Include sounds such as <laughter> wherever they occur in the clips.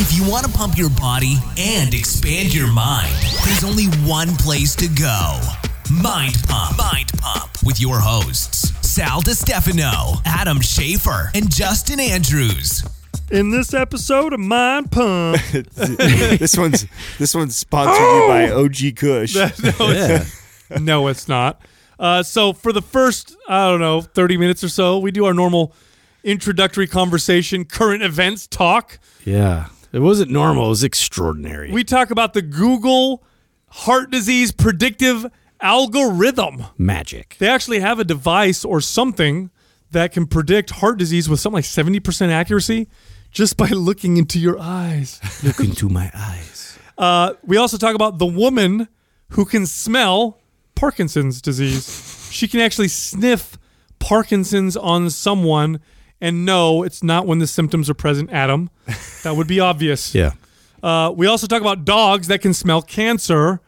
If you want to pump your body and expand your mind, there's only one place to go Mind Pump. Mind Pump. With your hosts, Sal DiStefano, Adam Schaefer, and Justin Andrews. In this episode of Mind Pump, this one's this one's sponsored you by Oh! OG Kush. Yeah. <laughs> no, it's not. Uh, so for the first, I don't know, thirty minutes or so, we do our normal introductory conversation, current events talk. yeah. It wasn't normal. It was extraordinary. We talk about the Google heart disease predictive algorithm. Magic. They actually have a device or something that can predict heart disease with something like seventy percent accuracy, just by <laughs> looking into your eyes. <laughs> Look into my eyes. Uh, we also talk about the woman who can smell Parkinson's disease. she can actually sniff Parkinson's on someone, and no, it's not when the symptoms are present, Adam. That would be obvious. Yeah. Uh, we also talk about dogs that can smell cancer.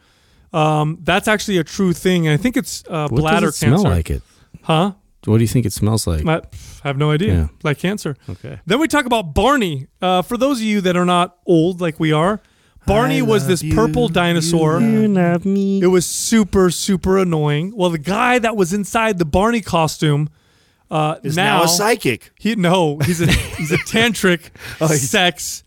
Um, that's actually a true thing, and I think it's uh, What bladder does it smell cancer. like it? Huh? What do you think it smells like? I I have no idea. Yeah. Like cancer. Okay. Then we talk about Barney. Uh, for those of you that are not old like we are, Barney was this purple dinosaur. love me. It was super, super annoying. Well, the guy that was inside the Barney costume uh, Is now, a psychic. He no, he's a he's a <laughs> tantric sex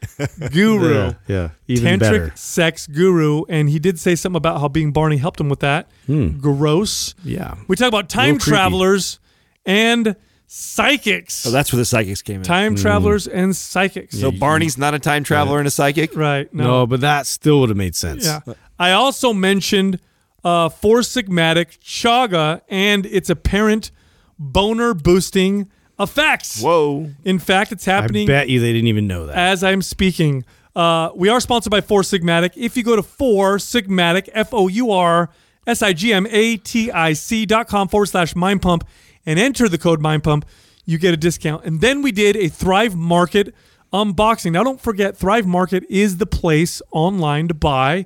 guru. Oh, Yeah. yeah. Even tantric better. sex guru, and he did say something about how being Barney helped him with that. Gross. Hmm. Yeah. We talk about time Little creepy. Oh, travelers and psychics. So Oh, that's where the psychics came in. Hmm. time travelers and psychics. so Barney's not a time traveler and a psychic. Right. No, but that still would have made sense. Yeah. I also mentioned uh, Four Sigmatic Chaga and its apparent boner boosting effects. Whoa. In fact, it's I happening bet you they didn't even know that. as I'm speaking. Uh, we are sponsored by Four Sigmatic. If you go to Four Sigmatic, F O U R S I G M A T I C dot com forward slash mind pump and enter the code mind pump, you get a discount. And then we did a Thrive Market unboxing. Now, don't forget, Thrive Market is the place online to buy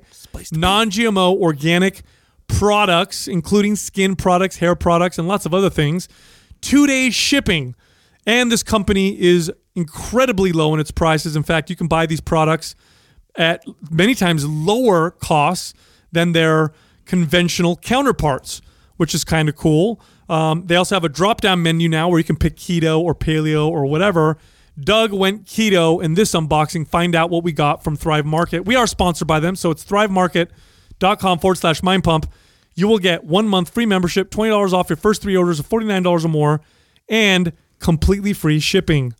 non GMO organic products, including skin products, hair products, and lots of other things. Two days shipping. And this company is incredibly low in its prices. In fact, you can buy these products at many times lower costs than their conventional counterparts, which is kind of cool. Um, they also have a drop down menu now where you can pick keto or paleo or whatever. Doug went keto in this unboxing. Find out what we got from Thrive Market. We are sponsored by them, so it's thrivemarket.com forward slash mind pump. You will get one month free membership, $20 off your first three orders of $49 or more, and completely free shipping.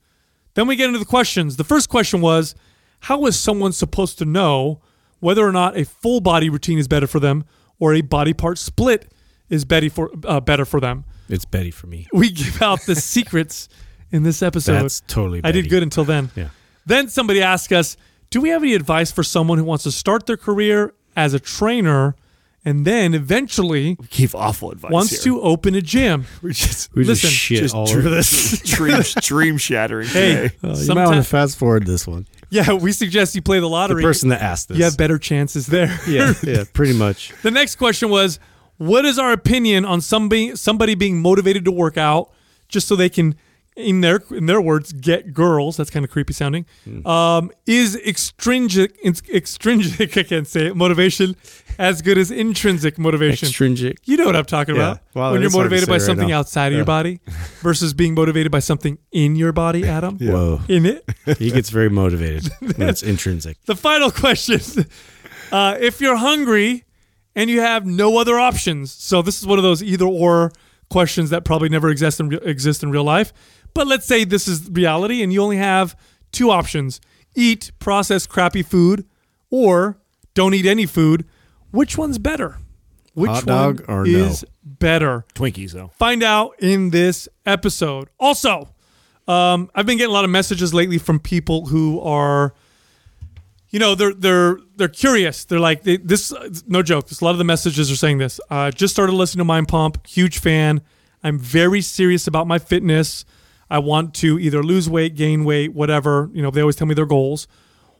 Then we get into the questions. The first question was How is someone supposed to know whether or not a full body routine is better for them or a body part split is better for, uh, better for them? it's Betty for me. We give out <laughs> the secrets in this episode. That's totally I did Betty. good until then. Yeah. Then somebody asked us, do we have any advice for someone who wants to start their career as a trainer and then eventually Give awful advice. wants here. to open a <laughs> gym? We're just We Listen, just shit just all drew <laughs> over this <laughs> dream dream shattering. Hey, today. Uh, you might want to sometimes, fast forward this one. yeah, we suggest you play the The lottery. person that asked this. you have better chances there. yeah, yeah, pretty much. The next question was, what is our opinion on somebody somebody being motivated to work out just so they can, in their in their words, get girls? That's kind of creepy sounding. Hmm. Um, is extrinsic ins- extrinsic <laughs> I can't say it, motivation as good as intrinsic motivation? Extrinsic. you know what I'm talking Yeah. about. Wow, when that you're is hard to motivated say by right something now. outside of your Yeah. <laughs> body versus being motivated by something in your body, Adam. Whoa. In it. He gets very motivated when it's intrinsic. the final <laughs> question uh, if you're hungry and you have no other options so this is one of those either or questions that probably never exist in, re- exist in real life but let's say this is reality and you only have two options eat processed crappy food or don't eat any food which one's better which Hot dog one or no? is better Twinkies though. find out in this episode. Also, um, I've been getting a lot of messages lately from people who are, you know, they're they're they're curious. They're like, they, this no joke. This, a lot of the messages are saying this. Uh, just started listening to Mind Pump. Huge fan. I'm very serious about my fitness. I want to either lose weight, gain weight, whatever. You know, they always tell me their goals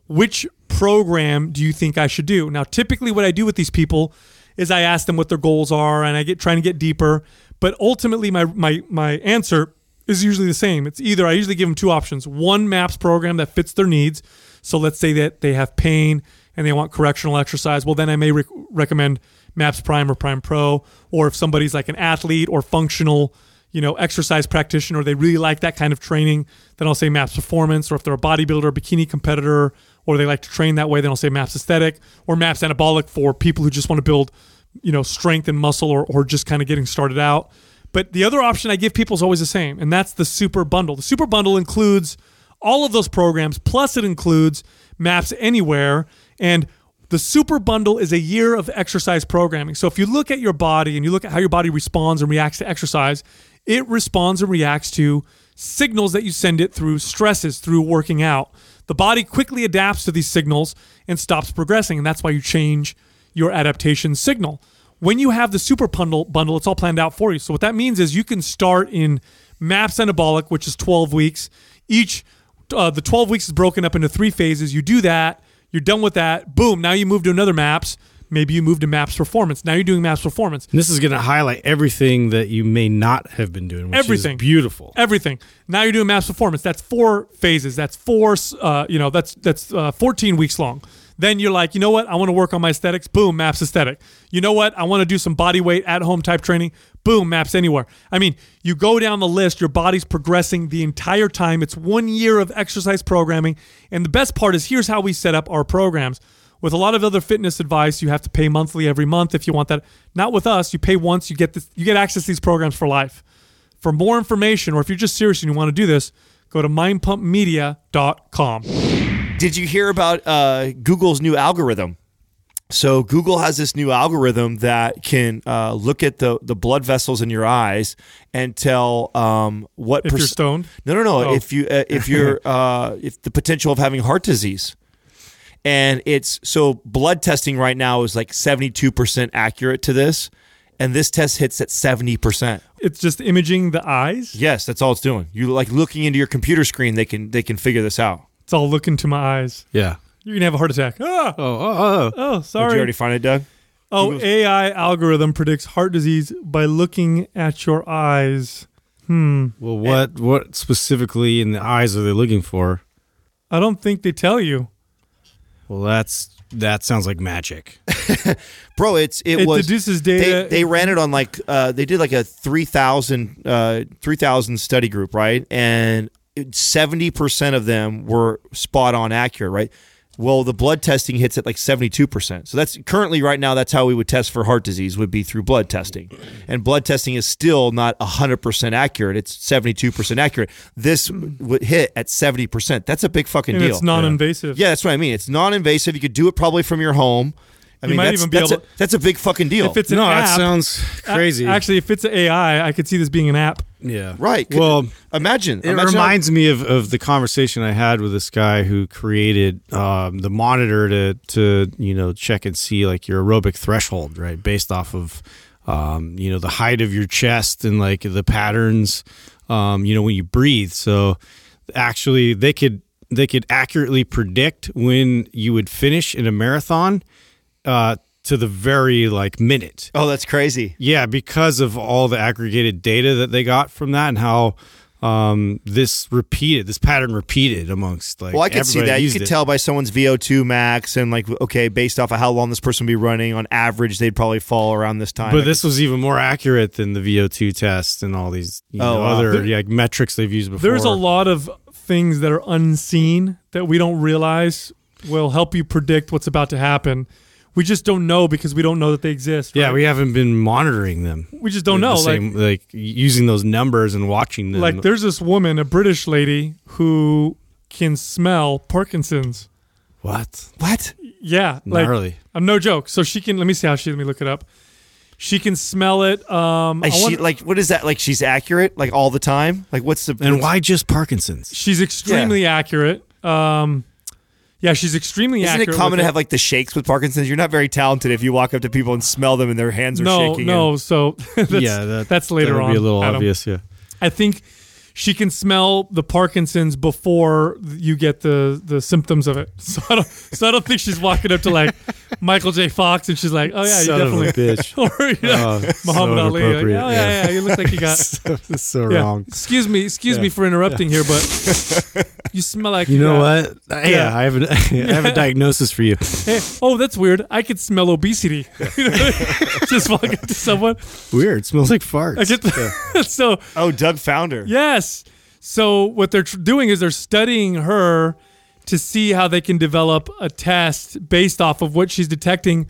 which program do you think I should do? Now, typically, what I do with these people is I ask them what their goals are, and I get trying to get deeper. But ultimately, my my my answer is usually the same. It's either I usually give them two options: one MAPS program that fits their needs, So let's say that they have pain and they want correctional exercise. Well, then I may rec recommend MAPS Prime or Prime Pro. Or if somebody's like an athlete or functional, you know, exercise practitioner, they really like that kind of training, then I'll say MAPS Performance. Or if they're a bodybuilder, bikini competitor, or they like to train that way, then I'll say MAPS Aesthetic or MAPS Anabolic for people who just want to build, you know, strength and muscle or, or just kind of getting started out. But the other option I give people is always the same, and that's the super bundle. The super bundle includes all of those programs, plus it includes Maps Anywhere. And the super bundle is a year of exercise programming. So if you look at your body and you look at how your body responds and reacts to exercise, it responds and reacts to signals that you send it through stresses, through working out. The body quickly adapts to these signals and stops progressing. And that's why you change your adaptation signal when you have the super bundle bundle it's all planned out for you so what that means is you can start in maps anabolic which is 12 weeks each uh, the 12 weeks is broken up into three phases you do that you're done with that boom now you move to another maps maybe you move to maps performance now you're doing maps performance And this is going to highlight everything that you may not have been doing. Which Everything. is beautiful. everything. Now you're doing mass performance. That's four phases. That's four. Uh, you know, that's that's uh, 14 weeks long. Then you're like, you know what? I want to work on my aesthetics. Boom, maps aesthetic. You know what? I want to do some body weight at home type training. Boom, maps anywhere. I mean, you go down the list. Your body's progressing the entire time. It's one year of exercise programming, and the best part is here's how we set up our programs. With a lot of other fitness advice, you have to pay monthly every month if you want that. Not with us. You pay once, you get this, you get access to these programs for life. For more information, or if you're just serious and you want to do this, go to mindpumpmedia.com. Did you hear about uh, Google's new algorithm? So Google has this new algorithm that can uh, look at the the blood vessels in your eyes and tell um, what If you're perc- stoned, No, no, no. Oh. If you uh, if <laughs> you're uh, if the potential of having heart disease, and it's so blood testing right now is like seventy two percent accurate to this, and this test hits at seventy percent. it's just imaging the eyes. Yes, that's all it's doing. You like looking into your computer screen, they can they can figure this out. It's all look into my eyes. Yeah. You're going to have a heart attack. Ah, Oh, oh, oh. oh, Did you sorry. already find it, Doug? oh, AI algorithm predicts heart disease by looking at your eyes. Well, what what specifically in the eyes are they looking for? I don't think they tell you. Well, that's that sounds like magic. Bro, it's it, It was deduces they, data. they ran it on like uh, they did like a 3000 uh, 3000 study group right and it- 70% of them were spot on accurate right well the blood testing hits at like 72% so that's currently right now that's how we would test for heart disease would be through blood testing and blood testing is still not 100% accurate it's 72% accurate this would hit at 70% that's a big fucking and deal it's non invasive. yeah that's what i mean it's non-invasive you could do it probably from your home I You mean, might that's, even be that's able- a, that's a big fucking deal. If it's an no, app, that sounds crazy. a- actually, if it's an AI, I could see this being an app. yeah. Right. Could- Well, imagine. It imagine how- reminds me of, of the conversation I had with this guy who created um, the monitor to to you know check and see like your aerobic threshold, right, based off of um, you know the height of your chest and like the patterns, um, you know when you breathe. So actually, they could they could accurately predict when you would finish in a marathon uh, to the very like minute. oh, that's crazy. Yeah, because of all the aggregated data that they got from that and how um, this repeated, this pattern repeated amongst like. Well, I could see everybody that. You used could it. tell by someone's VO2 max and like, okay, based off of how long this person would be running, on average, they'd probably fall around this time. But this was even more accurate than the VO2 test and all these you Oh, know, wow. other yeah, metrics they've used before. There's a lot of things that are unseen that we don't realize will help you predict what's about to happen. We just don't know because we don't know that they exist. Yeah, right? we haven't been monitoring them. we just don't The know. Like, same- like using those numbers and watching them. like there's this woman, a British lady, who can smell Parkinson's. what? what? Yeah, like Gnarly. I'm no joke. So she can. Let me see how she. Let me look it up. She can smell it. Um, Like, I she, wonder- like, what is that? Like, she's accurate, like all the time. Like, what's the And what's- why just Parkinson's? she's extremely accurate. Um, yeah, she's extremely Isn't accurate. it common with to have like the shakes with Parkinson's? You're not very talented if you walk up to people and smell them and their hands are no, shaking. no. So <laughs> that's, yeah, that, that's later that would on. Be a little Adam. obvious. Yeah. I think she can smell the Parkinson's before you get the the symptoms of it. <laughs> So I don't, so I don't think she's walking up to like Michael J. Fox and she's like, oh yeah, Son you of a definitely <laughs> bitch. or you know, Oh, so Muhammad Ali. Like, oh inappropriate. yeah, Yeah. yeah, yeah, you look like you got. <laughs> <laughs> so, so yeah. wrong. Excuse me, excuse me for interrupting here, but <laughs> you smell like uh, You know got- what? Yeah, Yeah. I have an, I have a <laughs> diagnosis for you. Hey, oh, that's weird. I could smell obesity. You know, <laughs> Just walk up to someone. Weird. It smells like farts. I get <laughs> so Oh, Doug found her. yes. So what they're tr- doing is they're studying her to see how they can develop a test based off of what she's detecting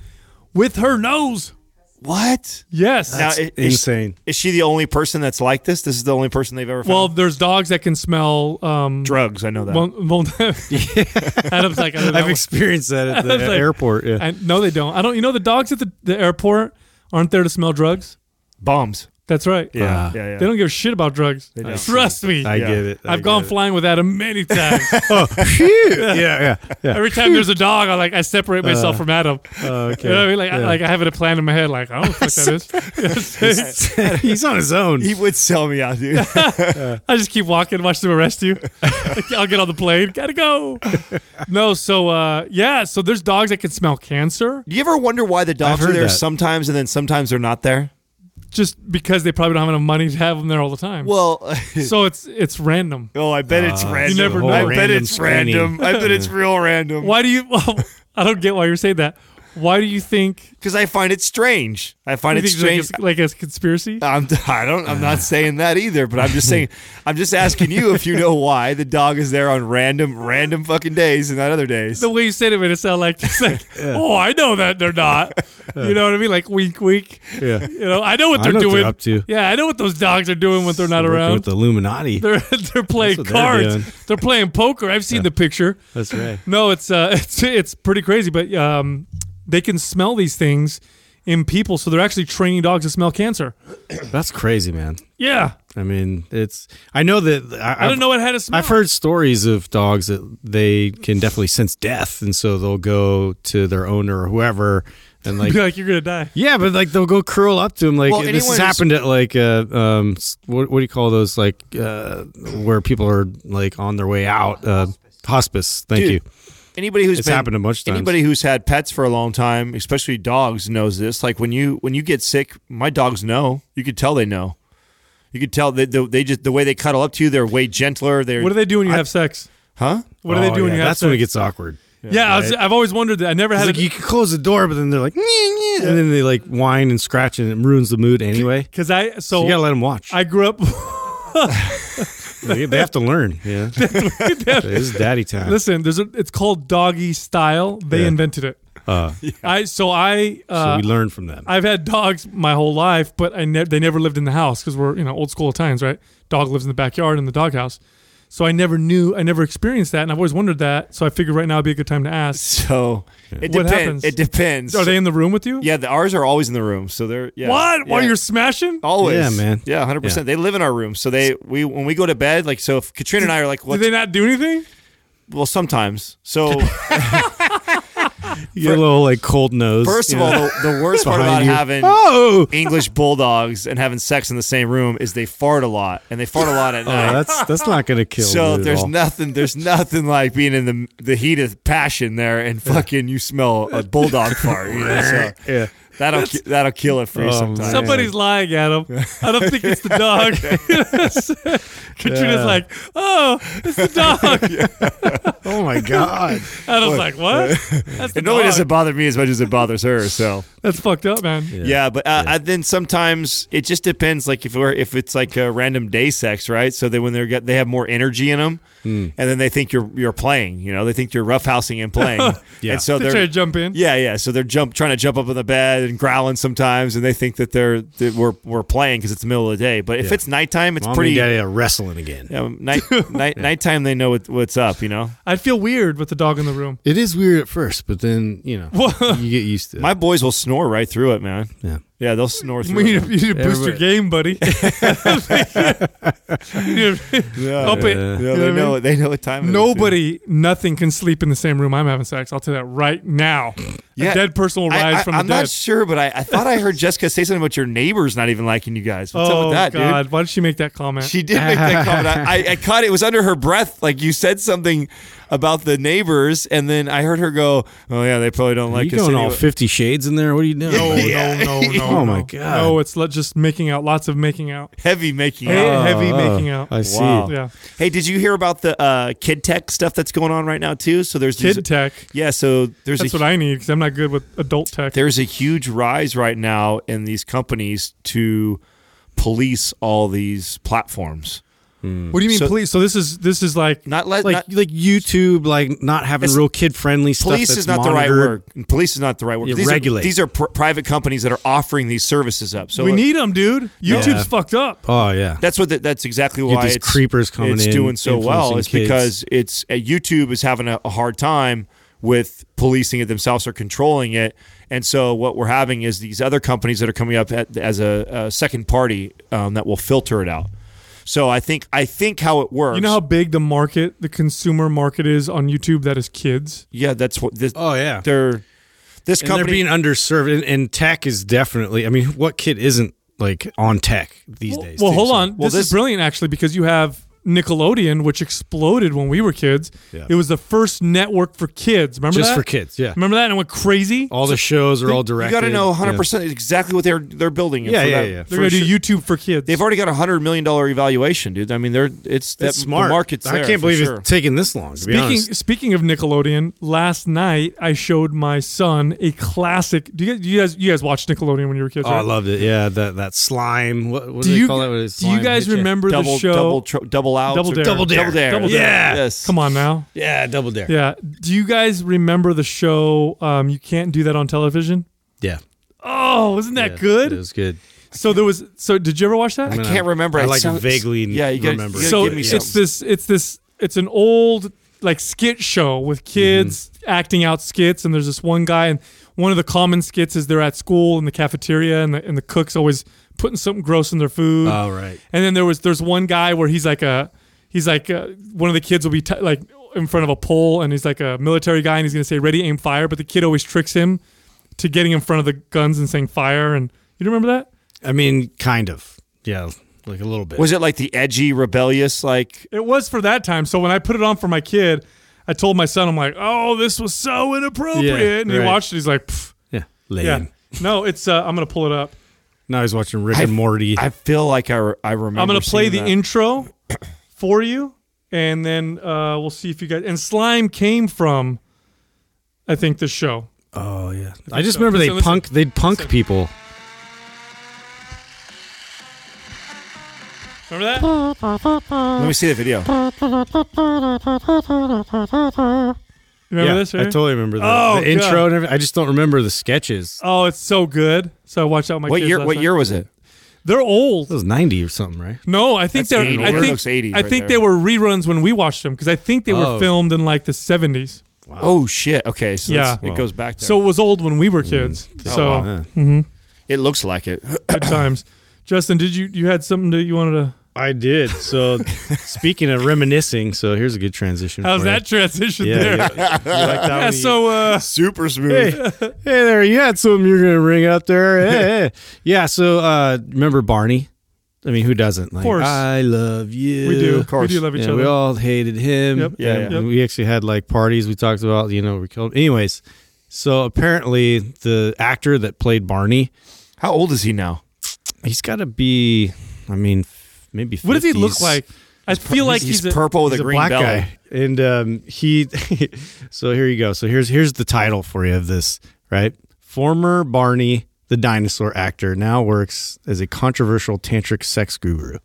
with her nose. What? Yes. Now, i- is- insane. Is she the only person that's like this? This is the only person they've ever found. well, there's dogs that can smell. Um, drugs. I know that. won't, won't, Adam's like, I don't know. I've experienced that <laughs> at the It's like- airport. Yeah. I, no, they don't. I don't. You know, the dogs at the, the airport aren't there to smell drugs. Bombs. That's right. Yeah, Uh, yeah, yeah. They don't give a shit about drugs. don't. Trust me. I I, Yeah. get it. I have gone get flying with Adam many times. it. yeah, yeah, yeah. Every time there's a dog, I like I separate myself from Adam. <laughs> okay. You know what I mean? Like, I, like I have a plan in my head. Like I don't know what that is. <laughs> He's on his own. He would sell me <laughs> out, dude. I just keep walking, watch them arrest you. <laughs> Like, I'll get on the plane. Gotta go. No, so uh, yeah, so there's dogs that can smell cancer Do you ever wonder why the dogs are heard there that. sometimes and then sometimes they're not there? just because they probably don't have enough money to have them there all the time. Well, <laughs> so it's it's random. oh, I bet it's random. never know. I bet Uh, Random it's screening. random. I <laughs> bet it's real random. Why do you? <laughs> I don't get why you're saying that. Why do you think? Because I find it strange. I find You it think strange. it's like, a, like a conspiracy? I'm, <laughs> I don't. I'm not saying that either. But I'm just saying. I'm just asking you if you know why the dog is there on random, randam fucking days and not other days. the way you said it made it sound like, <laughs> it's like oh, I know that they're not. You know what I mean? Like wink, wink. <laughs> yeah. You know, I know what I they're know what they're doing. up to. Yeah, I know what those dogs are doing when they're not Working around. with the Illuminati. they're <laughs> they're playing what they're cards. doing. They're, playing poker. I've seen the picture. That's right. No, it's uh, <laughs> it's it's pretty crazy, but um, they can smell these things in people, so they're actually training dogs to smell cancer. That's crazy, man. Yeah, I mean, it's. I know that. I, I don't know what had to smell. I've heard stories of dogs that they can definitely sense death, and so they'll go to their owner or whoever, and <laughs> like, Be like you're gonna die. yeah, but like they'll go curl up to him. Like Well, this has anyone who's- happened at like, uh, um, s- what, what do you call those? Like uh, where people are like on their way out. Uh, hospice. Thank Dude, you. Anybody who's It's been- happened a bunch of times. Anybody who's had pets for a long time, especially dogs, knows this. Like when you when you get sick, my dogs know. You could tell they know. You could tell they they, they just the way they cuddle up to you. They're way gentler. They're What do they do when you have sex? huh? What do they Oh, do when yeah, you have That's sex? when it gets awkward. yeah, I was, I've always wondered that. I never It's had like a- you can close the door, but then they're like, "Nyeh, nyeh," and then they like whine and scratch, and it ruins the mood anyway. Because I So so you gotta let them watch. I grew up. <laughs> they, they have to learn. Yeah, this is daddy time. listen, there's a, it's called doggy style. They Yeah. invented it. Uh, I so I so uh, we learn from them. I've had dogs my whole life, but I ne- they never lived in the house because we're you know old school Italians, right? Dog lives in the backyard in the doghouse. So I never knew, I never experienced that, and I've always wondered that. So I figured right now would be a good time to ask: So it What happens? depends. It depends. Are they in the room with you? Yeah, the ours are always in the room. So they're yeah. What? While Yeah. Oh, you're smashing? Always, Yeah, man. Yeah, hundred percent. They live in our room, so they we when we go to bed, like so. If Katrina and I are like, Did what? they not do <laughs> anything? Well, sometimes. <laughs> So You get a little like cold nose. first of you all, know? the, the worst part about Behind you. having Ah! oh, English bulldogs and having sex in the same room is they fart a lot, and they fart a lot at Oh, night. that's that's not gonna kill. so you at there's all. nothing, there's nothing like being in the the heat of passion there, and fucking you smell a <laughs> bulldog fart. You know, so Yeah. that'll ki- that'll kill it for you Oh, sometimes. man. Somebody's lying, Adam. I don't think it's the <laughs> dog. <laughs> Katrina's Yeah. like, oh, it's the <laughs> dog. Oh my god. Adam's like, what? <laughs> That's the And nobody dog. doesn't bother me as much as it bothers her. So That's fucked up, man. yeah, but uh, I, then sometimes it just depends. Like if we're if it's like a random day sex, right? So they when they're get, they have more energy in them, Hmm. and then they think you're you're playing. You know, they think you're roughhousing and playing. <laughs> Yeah. and so They they're try to jump in. Yeah, yeah. So they're jump trying to jump up on the bed and growling sometimes, and they think that they're that we're we're playing because it's the middle of the day. But if Yeah. it's nighttime, it's Mommy pretty. and daddy are wrestling again. Yeah, <laughs> night, night, nighttime. They know what, what's up. You know, I'd feel weird with the dog in the room. It is weird at first, but then you know you get used to it. my boys will snore right through it, man. yeah. Yeah, they'll snore You through. need it. to, you need to boost your Everybody- game, buddy. <laughs> <laughs> You need to Yeah, Up it. You know what I yeah, Yeah. they mean? know it. They know what time. it is, too. Nobody, nothing can sleep in the same room. I'm having sex. I'll tell you that right now. Yeah. A dead person will rise I, from am the dead. not sure, but I, I thought I heard Jessica say something about your neighbors not even liking you guys. What's oh up with that, God! dude? Why did she make that comment? She did make that comment. I, I, I caught it. It was under her breath. Like you said something about the neighbors, and then I heard her go, "Oh yeah, they probably don't like you us." going all anyway." Fifty Shades in there? What are you doing? no, buddy? no, no, no. <laughs> Oh, my no. God. No, it's le- just making out. Lots of making out. heavy making. Hey, out. heavy Oh, making out. I see. Ah. Wow. Yeah, Hey, did you hear about the uh, kid tech stuff that's going on right now too? So there's kid these, tech. yeah. So there's That's a what I need because I'm not good with adult tech. there's a huge rise right now in these companies to police all these platforms. What do you mean, So- police? So this is this is like Not let Like not, like YouTube, like not having It's- real kid friendly stuff. police that's is not the right monitored. word. Police is not the right word. Yeah, These regulate. Are, these are pr- private companies that are offering these services up. So we uh, need them, dude. YouTube's Yeah. fucked up. Oh yeah, That's what. The, that's exactly get why these it's, creepers coming it's in, doing so well. influencing It's kids. because it's uh, YouTube is having a, a hard time with policing it themselves or controlling it. And so what we're having is these other companies that are coming up at, as a, a second party um, that will filter it out. So I think I think how it works. You know how big the market, the consumer market is on YouTube. That is kids. yeah, that's what this. oh yeah, they're this and they're company. being underserved, and, and tech is definitely. I mean, what kid isn't like on tech these Well, days? well, too, hold so- on. Well, this, is this- brilliant, actually, because you have Nickelodeon, which exploded when we were kids. Yeah. It was the first network for kids. Remember Just that? for kids, yeah. Oh, Remember that? And it went crazy. All the shows are all you directed. got to know 100 yeah. percent exactly what they're they're building. And Yeah, for yeah, that- yeah. They're for gonna do sure- YouTube for kids. They've already got a hundred million dollar evaluation, dude. I mean, they're it's that That's smart. The market's I there can't for believe sure. it's taking this long. To be Speaking honest. speaking of Nickelodeon, last night I showed my son a classic. Do you guys you guys, you guys watched Nickelodeon when you were kids? Oh, I right? loved it. Yeah, that that slime. What, what do, do they you call that? What is do you slime guys hit ya? remember double the show? double tr- double out Double or- dare. Double dare. double dare Double dare. Yeah. yes Come on now. Yeah, double dare. Yeah. Do you guys remember the show? Um, you can't do that on television. yeah. Oh, isn't that Yeah, good? It was good. So there was. So did you ever watch that? I can't remember. I It like sounds- vaguely Yeah, you gotta- remember. you gotta so give me it's something. this. It's this. It's an old like skit show with kids acting out skits, and there's this one guy, and one of the common skits is they're at school in the cafeteria, and the and the cook's always putting something gross in their food. All right. And then there was there's one guy where he's like a he's like uh one of the kids will be t- like in front of a pole and he's like a military guy and he's gonna say ready aim fire, but the kid always tricks him to getting in front of the guns and saying fire. And you remember that? I mean, kind of. Yeah, like a little bit. Was it like the edgy, rebellious, like It was for that time. So when I put it on for my kid, I told my son I'm like, oh, this was so inappropriate, Yeah, and he right. watched it. He's like, "Pff, yeah, lame. yeah. No, it's. Uh, I'm gonna pull it up. Now he's watching Rick and I- Morty. I feel like I, re- I remember. I'm gonna play seeing the that. intro <coughs> for you, and then uh, we'll see if you guys. And slime came from, I think, the show. oh yeah. I just so. remember they Listen, listen. punk. They'd punk people. Remember that? Let me see the video. Remember yeah, this? I Right? totally remember the, Oh, the intro God. and everything. I just don't remember the sketches. oh, it's so good. So I watched out with my What kids year? last What night. year was it? They're old. It was ninety or something, right? No, I think That's they're. 80s. I It think looks 80s I right think they there. were reruns when we watched them because I think they were Oh. filmed in like the 70s. Oh shit. Okay, so Yeah. it's- it goes back. There. So it was old when we were kids. Mm. so Oh, Yeah. it looks like it. good times. Justin, did you you had something that you wanted to? I did. So <laughs> speaking of reminiscing, so here's a good transition. How's for you. that transition Yeah, there? you- you like <laughs> that Yeah. one? You- So uh, <laughs> Super hey, smooth. hey there, you had something you're gonna bring up there. <laughs> Hey, hey. Yeah, so uh remember Barney? I mean, who doesn't? Like, course. I love you. we do. We course. do love each Yeah, other. we all hated him. Yep. Yeah, And yeah. We actually had like parties we talked about, you know, we killed. Anyways, so apparently the actor that played Barney, How old is he now? he's got to be, I mean, f- maybe. 50s. what does he look like? I feel <laughs> like he's, he's, a, purple with He's a green black belly. guy, and um, he. <laughs> so here you go. So here's here's the title for you of this, right? Former Barney, the dinosaur actor, now works as a controversial tantric sex <laughs> guru.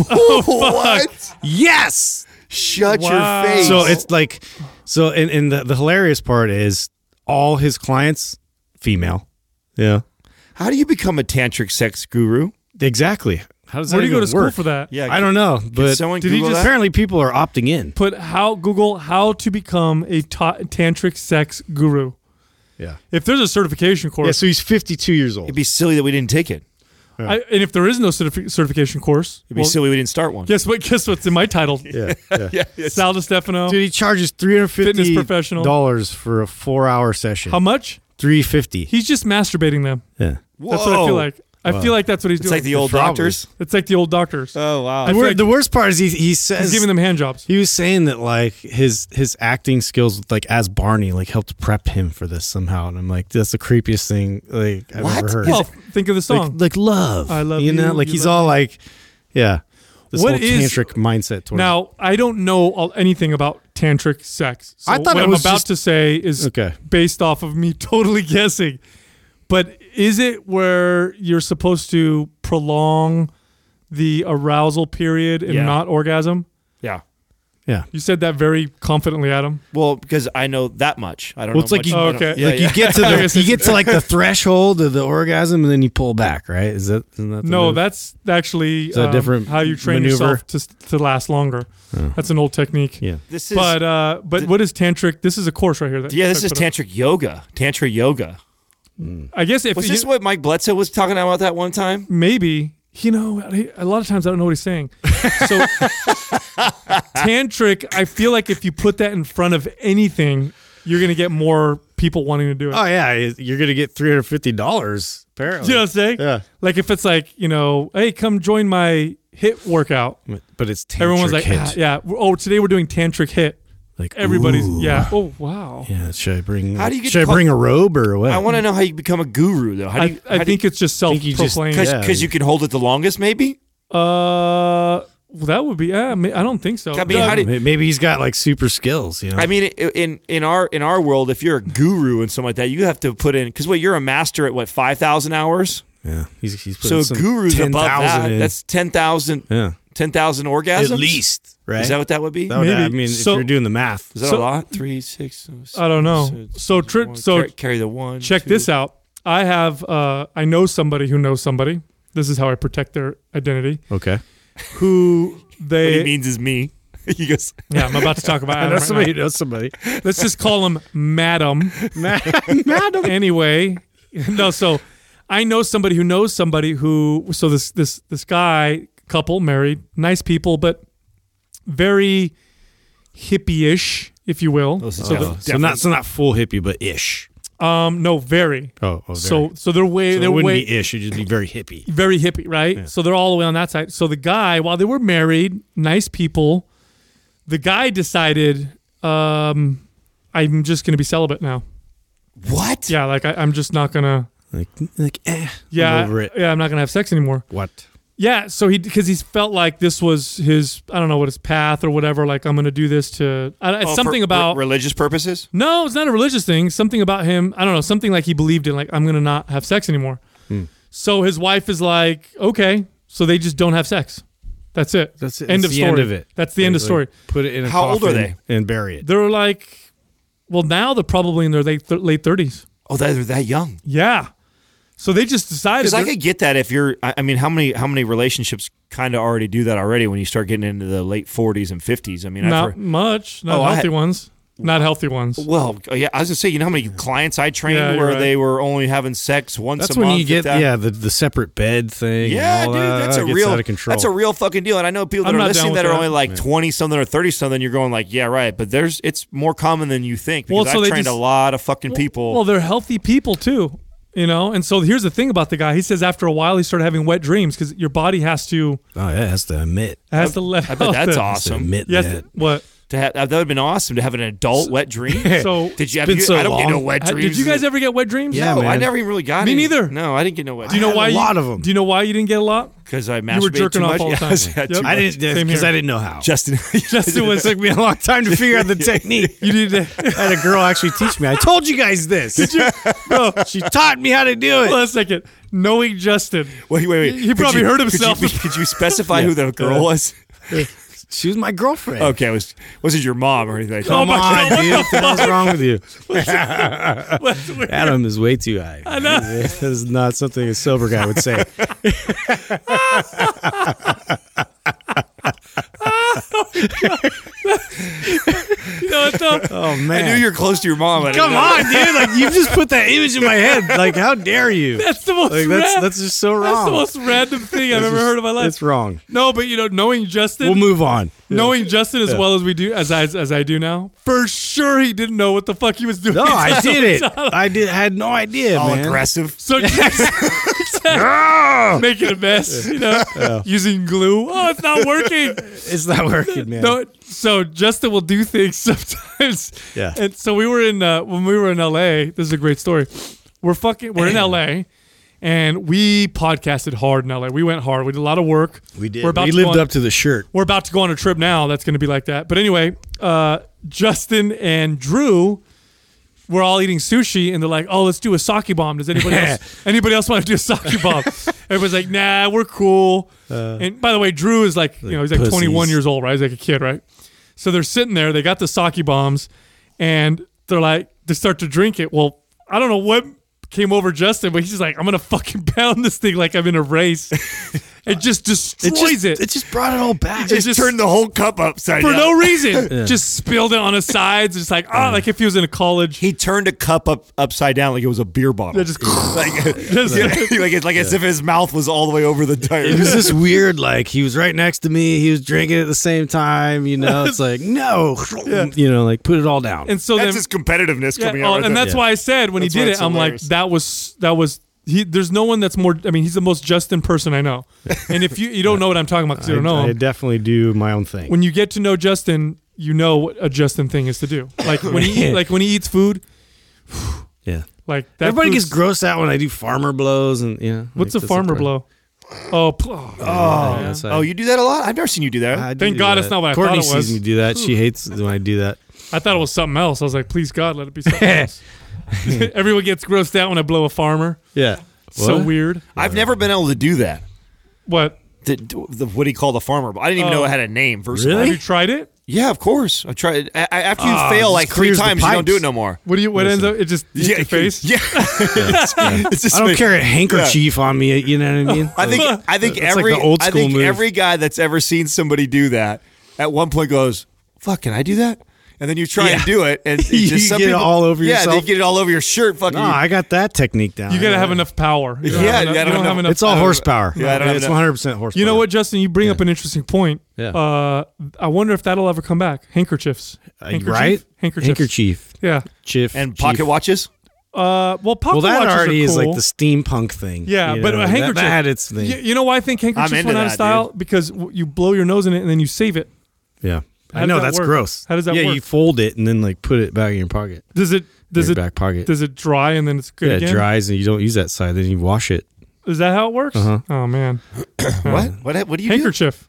Oh, what? Yes. Shut Wow. your face. So it's like, so and, and the, the hilarious part is all his clients female. Yeah. how do you become a tantric sex guru? Exactly. How does that Where do you go even to school work? for that? Yeah, I don't know, but someone did he Google just- that? apparently people are opting in. Put how Google how to become a ta- tantric sex guru. Yeah. If there's a certification Yeah, course, so he's 52 years old. It'd be silly that we didn't take it. I, and if there is no certifi- certification course, It'd be well, silly we didn't start one. guess what? Guess what's in my <laughs> title? yeah, yeah. Sal DiStefano. Dude, he charges three hundred Fitness fifty professional. dollars for a four-hour session. How much? three fifty. He's just masturbating them. Yeah. That's what I Whoa. feel like. I feel like that's what he's It's doing. like the old Probably. doctors. It's like the old doctors. Oh wow. I The, feel wor- like the worst part is he he he's says giving them hand jobs. he was saying that like his his acting skills like as Barney like helped prep him for this somehow, and I'm like that's the creepiest thing like I've What? ever heard. Well, think of the like, song. like love, I love you know, you, like you he's love all like, yeah, this What whole is- tantric mindset towards Now, I don't know all, anything about tantric sex. So I what thought it I'm was about just- to say is Okay. based off of me <laughs> totally guessing. But is it where you're supposed to prolong the arousal period and Yeah. not orgasm? Yeah. yeah. You said that very confidently, Adam. Well, because I know that much. I don't Well, know. it's like much- you, Oh, okay. Yeah, like yeah. you get <laughs> to I guess the you it's- get to like the threshold of the orgasm, and then you pull back, right? Is that isn't that the No, move? that's actually that a um, different how you train maneuver? Oh. yourself to, to last longer. That's an old technique. yeah. this is But uh, but what is tantric? This is a course right here. That yeah, this that is put up. tantric yoga, tantra yoga. I guess if Was you, this what Mike Bledsoe was talking about that one time? maybe you know I- a lot of times i don't know what he's saying <laughs> so tantric i feel like if you put that in front of anything you're gonna get more people wanting to do it Oh yeah, you're gonna get three hundred fifty dollars apparently. you know what i'm saying Yeah. like if it's like you know hey come join my hit workout Mm, but it's tantric everyone's like hit. "Ah, yeah oh today we're doing tantric hit like everybody's ooh. yeah oh wow Yeah, should I bring? How do you get should I caught- bring a robe or what? I want to know how you become a guru though. How do you, I, I think it's just think you just- self-proclaimed. because yeah. you can hold it the longest, maybe. uh, well, that would be. Yeah, I mean, I don't think so. I mean, how do- May- Maybe he's got like super skills. You know, I mean, i- in in our in our world, if you're a guru and something like that, you have to put in because what you're a master at what five thousand hours. yeah, he's he's So putting a some guru's above 10,000 that. in. That's 10,000 yeah, 10,000 orgasms. right. Is that what that would be? That would- I Maybe. mean, So- if you're doing the math, Is that so- a lot? Three, six. oh, six, I don't know. six, So tri- one. so Car- carry the one. check two. this out. I have uh, I know somebody who knows somebody. This is how I protect their identity. okay. Who What they he means is me. <laughs> he goes. yeah, I'm about to talk <laughs> about. Adam right who knows somebody. now. Let's just call him <laughs> Madam. Madam, Anyway, <laughs> no. So I know somebody who knows somebody who. So this this this guy couple married, nice people, but very hippie-ish, if you Oh, will. So, so, the- so not so not full hippie, but ish. Um, no, very. Oh, oh so so they're way so it they're wouldn't way be ish. It'd just be very hippie. very hippie, right? So they're all the way on that side. So the guy, while they were married, nice people, the guy decided, um, I'm just gonna be celibate now. what? Yeah, like I, I'm just not gonna. Like, like eh, Yeah, I'm over it. yeah, I'm not gonna have sex anymore. What? Yeah, so he because he's felt like this was his, I don't know what his path or whatever. Like I'm gonna do this to. I, it's Oh, for something re- about. religious purposes. no, it's not a religious thing. Something about him. I don't know. Something like he believed in. Like I'm gonna not have sex anymore. Hmm. So his wife is like, okay. So they just don't have sex. That's it. That's it. End That's of the story. end of it. That's the end of Like, story. Put it in. A How old are coffin And bury it. They're like, well, now they're probably in their late th- late thirties. Oh, that, they're that young. Yeah. So they just decided. Because I they're- could get that if you're. I I mean, how many how many relationships kind of already do that already when you start getting into the late 40s and 50s? I mean, I've not heard- much. Not Oh, I- healthy ones. Not healthy ones. well, yeah, I was gonna say, you know how many clients I trained Yeah, you're where right. they were only having sex once That's a when month? you if get that- yeah the, the separate bed thing. Yeah, and all dude, that, that's that a gets real out of control. That's a real fucking deal, and I know people that I'm are not down listening with that are that. only like twenty something or thirty something. You're going like, yeah, right, but there's it's more common than you think Well, because so I've they trained just- a lot of fucking people. Well, they're healthy people too, you know. And so here's the thing about the guy. He says after a while he started having wet dreams because your body has to oh yeah, has to admit. has to let. I <laughs> bet that's the, Has to awesome. admit Yes. that. What? To have, that would have been awesome to have an adult wet dream. <laughs> So- did you have been you, so I don't get no long. wet Ha- dreams. Did you guys ever get wet dreams? Yeah, No, I man. never even really got Me any. neither. No, I didn't get no wet. Do you know <laughs> had why a you- lot of 'em. Do you know why you didn't get a <laughs> lot? Because I masturbated were jerking too off much. <laughs> all the Yeah, time. I Yep. had too I much. didn't Same because here. I didn't know how. <laughs> Justin. <laughs> Justin was took me a long time to figure out the technique. you did. <laughs> I had a girl actually teach me. I told you guys this. Did you? <laughs> No, she taught me how to do it. Hold on a second. Knowing Justin, <laughs> wait, wait, wait. He Could probably you- hurt could you- himself. Could you, <laughs> specify who the girl was? She was my girlfriend. Okay, Oh it was wasn't your mom or anything? Come my on, God, dude. What the hell's wrong with you? Adam is way too high. I know. That is not something a sober guy would say. you know, what the? <laughs> <laughs> Oh man. I knew you're close to your mom. I didn't Come know. on, dude! Like you just put that image in my head. Like how dare you? That's the most. like that's rad- that's just so that's the wrong. most random thing I've That's ever just- heard in my life. It's wrong. No, but you know, knowing Justin, We'll move on. knowing Justin as well as we do, as I, as I do now, for sure he didn't know what the fuck he was doing. <laughs> No, I did it. So- I did. Had no idea, All man. Ah! aggressive. <laughs> So <laughs> just making a mess, you know, using glue. Oh, it's not working. It's not working, man. No, so Justin will do things <laughs> sometimes. Yeah. And so we were in uh, when we were in LA. This is a great story. We're fucking. We're in LA, and we podcasted hard in LA. We went hard. We did a lot of work. we did. We're about we to go lived on- up to the shirt. we're about to go on a trip now that's going to be like that. But anyway, uh, Justin and Drew were all eating sushi and they're like, "Oh, let's do a sake bomb. Does <laughs> anybody else anybody else want to do a sake <laughs> bomb?" Everybody's like, "Nah, we're cool." and by the way, Drew is like, you know, he's Uh, like pussies. 21 years old, right? He's like a kid, right? So they're sitting there, they got the sake bombs and they're like they start to drink it. Well, I don't know what came over Justin, but he's just like, "I'm going to fucking <laughs> pound this thing like I'm in a <laughs> race." It just destroys just, it just brought it all back. Just, just- turned the whole cup upside for down. no <laughs> reason. Just spilled it on his sides. Just like, oh, like if he was in a college. he turned a cup up upside down like it was a beer bottle. Yeah, just, like, <laughs> just- yeah, <laughs> like, it's- like as if his mouth was all the way over the tire. it was this weird, like he was right next to me. He was drinking at the same time. You <laughs> know, it's like no, you know, like put it all <laughs> down. and so <laughs> That's then, his competitiveness yeah, coming oh, out. right and there. that's why I said when That's he why did it, it's I'm like, hilarious. that was that was he. There's no one that's more. I mean, he's the most Justin person I <laughs> know. and if you you don't know what I'm talking about because you don't know I, him, I definitely do my own thing. when you get to know Justin, you know what a Justin thing is to do. Like when <laughs> he like when he eats food, yeah. like that Everybody food's- gets grossed out when I do farmer blows and you know. What's like, a that's farmer part- blow? Oh, pl- oh, Oh, yeah, so I- Oh, you do that a lot? I've never seen you do that. I do Thank do God that. it's not what I Courtney thought it was. sees me do that. She hates when I do that. I thought it was something else. I was like, please God, let it be <laughs> something else. <laughs> Everyone gets grossed out when I blow a farmer. Yeah. So What? weird. I've never been able to do that. What? The, the, what he called the farmer, but I didn't even Oh. know it had a name. First of Really? all. Have you tried it? yeah, of course. I tried. I, I- after you Ah, fail this like three clears the times, you don't pipes. do it no more. What do you? What ends up? It just hits your face. <laughs> Yeah, <laughs> It's just I don't like- carry a handkerchief on me. You know what I mean? <laughs> I think I think That's like every the old I school think move. every guy that's ever seen somebody do that at one point goes, "Fuck, can I do that?" And then you try and Yeah. do it, <laughs> and it's You just some get it people, all over yeah, Yeah, yourself. they get it all over your shirt. Fucking, no, I got that technique down. You gotta have enough power. You don't Yeah, have enough- I don't you don't know. have enough. It's all power. horsepower. Yeah, I don't have it's enough- 100 percent horsepower. You know what, Justin? You bring up an interesting point. Yeah. Uh, I wonder if that'll ever come back. Handkerchiefs. Uh, Handkerchief? right? Handkerchiefs. Handkerchief, Yeah. chief, and chief. pocket watches. Uh, well, pocket Well, that watches are already is cool. like the steampunk thing. Yeah, you but know, a that- handkerchief that, had its thing. You, you know why I think handkerchiefs into went out of that, style because w- you blow your nose in it and then you save it. yeah, How I does know that that's work? gross. How does that yeah, work? you fold it and then like put it back in your pocket. Does it? Does your it? back pocket? Does it dry and then it's good yeah, it again? dries and you don't use that side. Then you wash it. Is that how it works? Uh-huh. Oh man, What? What? What do you do? handkerchief.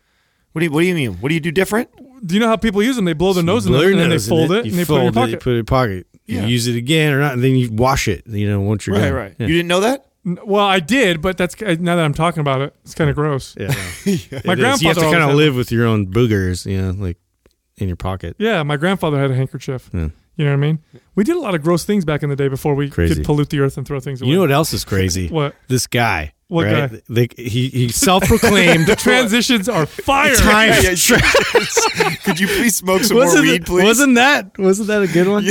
What do you What do you mean? What do you do different? Do you know how people use them? They blow their nose in it Blow your and then they nose in fold it, You and they put it in your fold pocket. You put it in your pocket. Yeah. You use it again or not, and then you wash it. You know, once you're done. Yeah. You didn't know <laughs> that? N- well, I did, but that's uh, now that I'm talking about it, it's kind of gross. <laughs> Yeah. My It is. You have grandfather to kind always of had live with your own boogers, you know, like in your pocket. Yeah, my grandfather had a handkerchief. Yeah. You know what I mean? We did a lot of gross things back in the day before we Crazy. could pollute the earth and throw things away. You know what else is crazy? <laughs> What? This guy. What right? guy? Like he <laughs> he self-proclaimed Transitions <laughs> are fire. time. Yeah, yeah. Could you please smoke some more wasn't, weed, please? wasn't that wasn't that a <laughs> good one?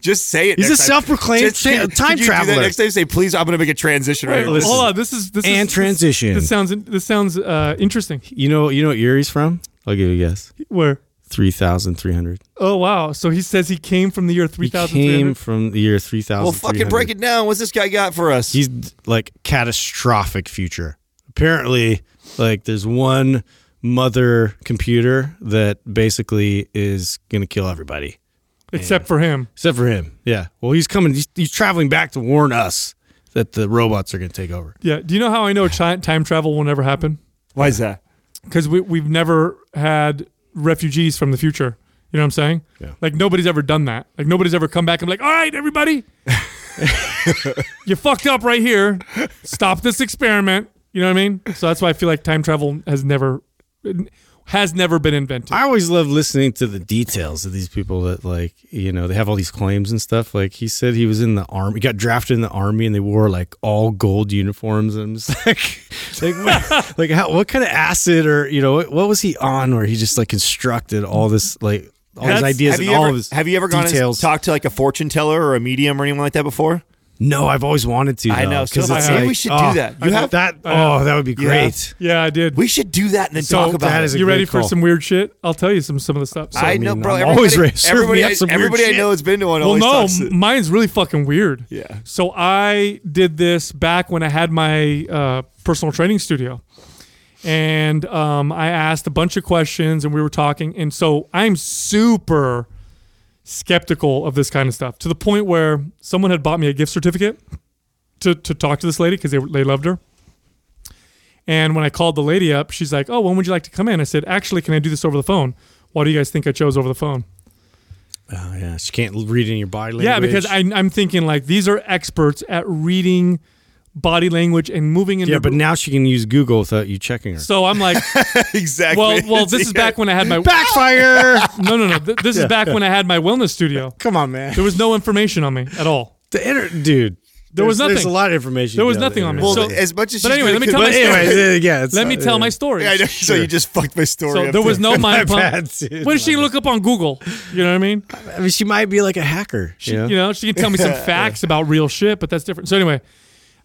Just say it. He's next a time. self-proclaimed Just- tra- could- time could you do that traveler. Next time, say, please. I'm going to make a transition right. Wait, here. listen. hold on. This is this And is, transition. This, sounds this sounds uh, interesting. You know you know what year he's from? I'll give you a guess. Where? Three thousand three hundred. Oh wow. So he says he came from the year three He thousand came three from the year three thousand. Well, fucking break it down. What's this guy got for us? He's like catastrophic future. Apparently, like there's one mother computer that basically is gonna kill everybody. except for him. Except for him. Yeah. Well, he's coming. He's, he's traveling back to warn us that the robots are going to take over. Yeah. Do you know how I know chi- time travel will never happen? Why is that? because we, we've never had refugees from the future. You know what I'm saying? Yeah. Like nobody's ever done that. Like nobody's ever come back and be like, all right, <laughs> everybody, you fucked up right here. Stop this experiment. You know what I mean? So that's why I feel like time travel has never has never been invented. I always love listening to the details of these people that, like, you know, they have all these claims and stuff. Like, he said he was in the army, he got drafted in the army, and they wore like all gold uniforms. And I'm just <laughs> like, <laughs> like, what, like how, what kind of acid or, you know, what, what was he on where he just like constructed all this, like, all his ideas have and you all ever, of his have you ever gone details. and talked to like a fortune teller or a medium or anyone like that before? No, I've always wanted to. I though, know, so 'cause do it's I. Maybe like, we should do oh, that. I You want have- that. Oh, that would be Yeah. great. Yeah, I did. We should do that and then So, talk about that it. is a you great ready for call. some weird shit? I'll tell you some some of the stuff. So- I, I know, mean, bro. I'm everybody- always ready. Serve me Everybody, up some weird everybody I shit. know has been to one. Well, always no, talks to- <laughs> mine's really fucking weird. Yeah. So I did this back when I had my uh, personal training studio, and um, I asked a bunch of questions, and we were talking, and so I'm super skeptical of this kind of stuff to the point where someone had bought me a gift certificate to to talk to this lady because they were- they loved her. And when I called the lady up, she's like, "Oh, when would you like to come in?" I said, "Actually, can I do this over the phone?" Why do you guys think I chose over the phone? Oh, yeah. She can't read in your body language. Yeah, because I, I'm thinking like these are experts at reading body language and moving into. Yeah, but now she can use Google without you checking her. so I'm <laughs> like, exactly. well, well, this is back when I had my <laughs> Backfire! no, no, no. Th- this is back when I had my wellness studio. Come on, man. There was no information on me at all. The inter- dude. There was there's- There's nothing. a lot of information. There you was get out of nothing the on me. internet. Well, so- as much as but she's anyway, let doing me a tell good- my story. Anyways, yeah. it's- uh, Let me tell my yeah. story. Yeah, I know. <laughs> So you just fucked my story. So up there was there. no My mind pump. bad, dude. What did she look up on Google? You know what I mean? I mean, she might be like a hacker. She, You know, she can tell me some facts about real shit, but that's different. So anyway,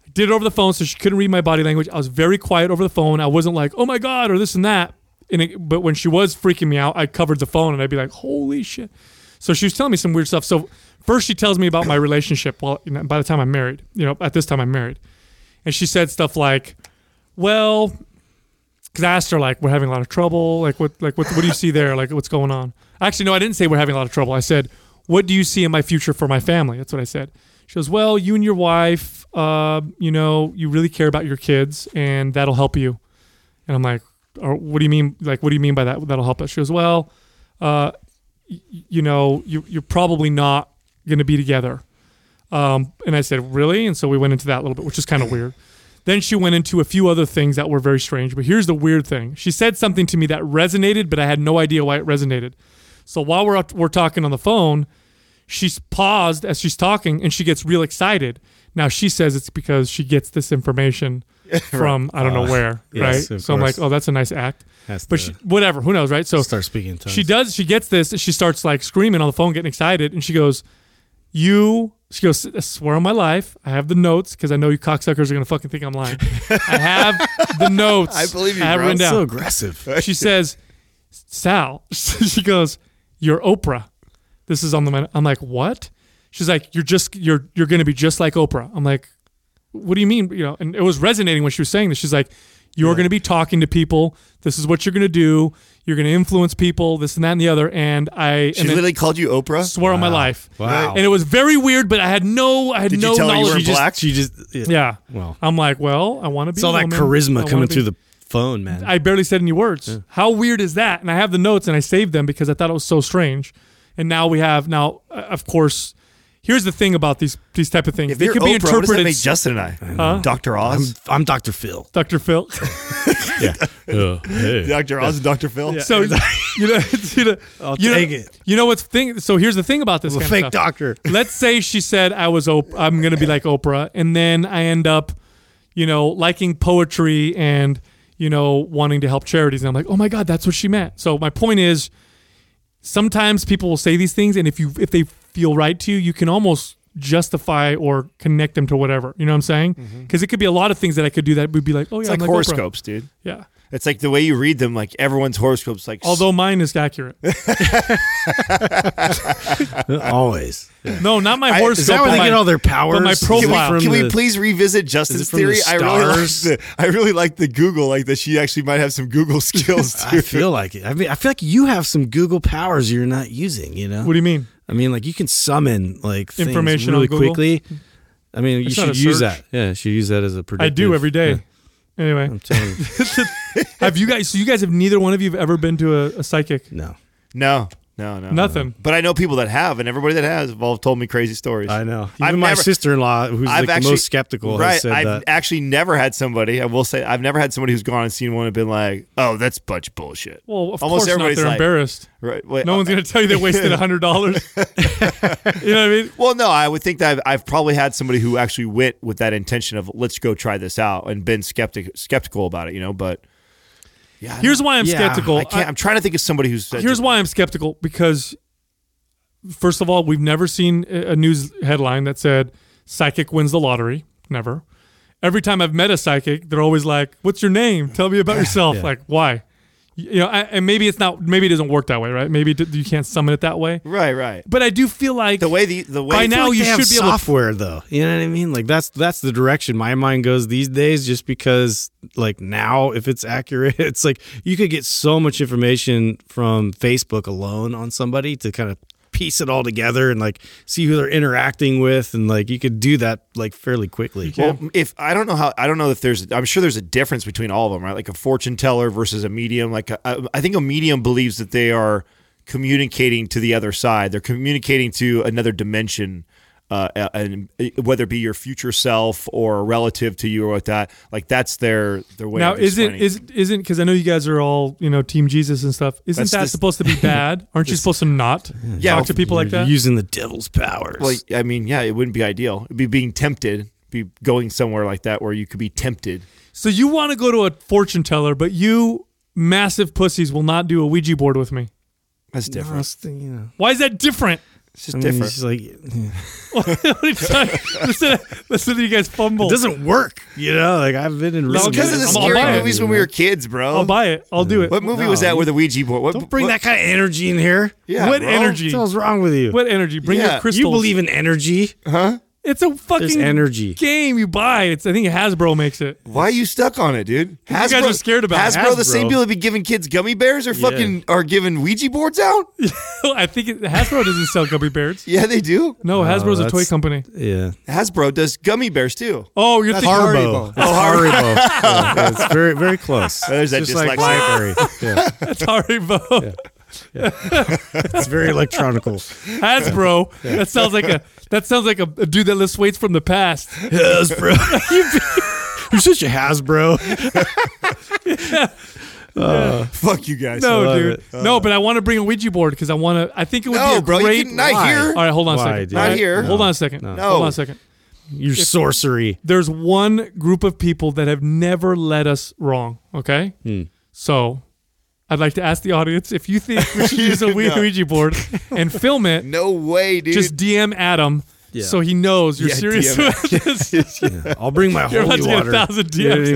I did it over the phone, so she couldn't read my body language. I was very quiet over the phone. I wasn't like, "Oh my god" or this and that. And it, but when she was freaking me out, I covered the phone and I'd be like, "Holy shit!" So she was telling me some weird stuff. So first, she tells me about my relationship. Well, you know, by the time I'm married, you know, at this time I'm married, and she said stuff like, "Well," because I asked her like, "We're having a lot of trouble. Like, what, like, what, what do you see there? Like, what's going on?" Actually, no, I didn't say we're having a lot of trouble. I said, "What do you see in my future for my family?" That's what I said. She goes, "Well, you and your wife, uh, you know, you really care about your kids, and that'll help you." And I'm like, or, "What do you mean? Like, what do you mean by that? That'll help us?" She goes, "Well, uh, y- you know, you, you're probably not going to be together." Um, and I said, really? And so we went into that a little bit, which is kind of weird. <laughs> Then she went into a few other things that were very strange. But here's the weird thing she said something to me that resonated, but I had no idea why it resonated. So while we're, we're talking on the phone, she's paused as she's talking and she gets real excited. Now she says it's because she gets this <laughs> information from I don't know where, Uh, yes, right? of So I'm course. like, oh, that's a nice act. Has But to- she, whatever, who knows, right? So Start speaking in tongues. she does. She gets this. And she starts like screaming on the phone, getting excited, and she goes, "You." She goes, "I swear on my life, I have the notes because I know you cocksuckers are gonna fucking think I'm lying. I have <laughs> the notes. I believe you, I have bro. written so down." aggressive. she says, "Sal," <laughs> she goes, "You're Oprah." This is on the. I'm like, "What?" She's like, "You're just you're you're gonna be just like Oprah." I'm like, what do you mean? You know, and it was resonating when she was saying this. She's like, you're going to be talking to people. This is what you're going to do. You're going to influence people. This and that and the other. And I She and then literally called you Oprah. swear on my life. Wow. And it was very weird, but I had no, I had Did you no tell her you knowledge. were She just- black? She just. Yeah. yeah. Wow. I'm like, well, I want to be. It's all a that woman. I charisma wanna coming be- through the phone, man. I barely said any words. How weird is that? And I have the notes and I saved them because I thought it was so strange. And now we have now, uh, of course. Here's the thing about these these type of things. If they you're could Oprah, be what does that interpreted. make Justin and <laughs> I? Dr. Oz, I'm <laughs> Dr. Phil. Dr. Phil. <laughs> Yeah. Uh, hey. Dr. Oz, and Dr. Phil. So you know, <laughs> you know, I'll you know- take it. You know what's thing? So here's the thing about this I'm a kind of fake stuff. doctor. Let's say she said I was Oprah. I'm gonna be like Oprah, and then I end up, you know, liking poetry and you know wanting to help charities. And I'm like, oh my god, that's what she meant. So my point is, sometimes people will say these things, and if you if they feel right to you, you can almost justify or connect them to whatever. You know what I'm saying? Mm-hmm. Because it could be a lot of things that I could do that would be like, oh yeah, It's I'm like like Oprah. horoscopes, dude. Yeah. It's like the way you read them. Like everyone's horoscopes, like Although mine is <laughs> accurate. <laughs> Always. No, not my horse. Is that but where they my- get all their powers? but my Is it profile- from Can we the- please revisit Justin's from the theory? I really like stars? the I really like the Google, like that she actually might have some Google <laughs> skills too. <laughs> I feel like it. I mean, I feel like you have some Google powers you're not using. You know, What do you mean? I mean, like you can summon like things Information on really Google? quickly. I mean, you It's not should a use search. that. Yeah, you should use that as a I predictive. do every Yeah, Mm. day. Anyway, I'm telling you, have you guys? So you guys have neither one of you have ever been to a, a psychic? <laughs> no, no, no, no. Nothing. But I know people that have, and everybody that has have all told me crazy stories. I know. Even I've my never- sister-in-law, who's I've like the actually- most skeptical, right, has said I've that. actually never had somebody. I will say, I've never had somebody who's gone and seen one and been like, "Oh, that's bunch bullshit." Well, of Almost course not. everybody's They're like- embarrassed. Right? Wait, No one's uh, going to tell you they wasted hundred <laughs> dollars. you know what I mean? Well, no, I would think that I've, I've probably had somebody who actually went with that intention of let's go try this out and been skeptic skeptical about it, you know. But Here's why I'm Yeah, skeptical. I can't. I, am trying to think of somebody who's uh, said here's to- why I'm skeptical because first of all, we've never seen a a news headline that said psychic wins the lottery. Never. Every time I've met a psychic, they're always like, "What's your name? Tell me <laughs> about yourself." Like, why? You know, I, and maybe it's not. Maybe it doesn't work that way, right? Maybe it, you can't summon it that way. Right, right. But I do feel like The way the the way By I feel now like you they have should be able to- software though. You know what I mean? Like that's that's the direction my mind goes these days. Just because like now, if it's accurate, <laughs> it's like you could get so much information from Facebook alone on somebody to kind of piece it all together and like see who they're interacting with, and like you could do that like fairly quickly. Well, if I don't know how, I don't know if there's, I'm sure there's a difference between all of them, right? Like a fortune teller versus a medium. Like a, I I think a medium believes that they are communicating to the other side. They're communicating to another dimension, uh, and whether it be your future self or relative to you or what that, like that's their their way. now of isn't explaining it. is isn't because I know you guys are all you know Team Jesus and stuff. Isn't That's that this- supposed to <laughs> be bad? Aren't you supposed to not Yeah, talk to people like You're that? using the devil's powers. Well, I mean, yeah, it wouldn't be ideal. It'd be being tempted, be going somewhere like that where you could be tempted. So you want to go to a fortune teller, but you massive pussies will not do a Ouija board with me. That's No, different. it's, you know, Why is that different? <laughs> It's just I mean, it's different. just like <laughs> it listen, listen, listen to you guys fumble. doesn't work. You know, like I've been in No, real Because of the I'm all scary buying it, movies when we were kids, bro. I'll buy it. I'll do it. What What, movie was that with the Ouija board? What, Don't bring that kind of energy in here. Yeah, What bro. energy? What the hell's wrong with you? energy? Bring Yeah, your you crystals. You believe in energy? It's a There's fucking energy. game you buy. It's I think Hasbro makes it. <laughs> Why are you stuck on it, dude? you guys are scared about Hasbro, Hasbro. the same people that be giving kids gummy bears are fucking are giving Ouija boards <laughs> out? I think it, Hasbro doesn't sell gummy bears. Yeah, they do. No, Hasbro's Uh, a toy that's- company. Yeah. Hasbro does gummy bears too. <laughs> Oh, you're thinking Harbo. Oh, It's Haribo. Yeah, it's very, very close. There's that it's just like dyslexia. library. Yeah. that's Haribo. It's very electronical. Hasbro. That sounds like a that sounds like a, a dude that lifts weights from the <laughs> past. Hasbro. You're such a Hasbro. Fuck you guys. No, love Uh. dude. no, but I want to bring a Ouija board because I want to. I think it would be no, a bro, you great. can not Why? here. All right, hold on Why, a second. dude? Not here. Hold on a second. Hold on a second. Your sorcery. There's one group of people that have never led us wrong. Okay. Hmm. So, I'd like to ask the audience if you think we <laughs> should use a Ouija Ouija board and film it. No way, dude. Just DM Adam. Yeah. So he knows you're Yeah, serious DM. <laughs> about <laughs> this. I'll bring my You're about holy to get a water. thousand you know what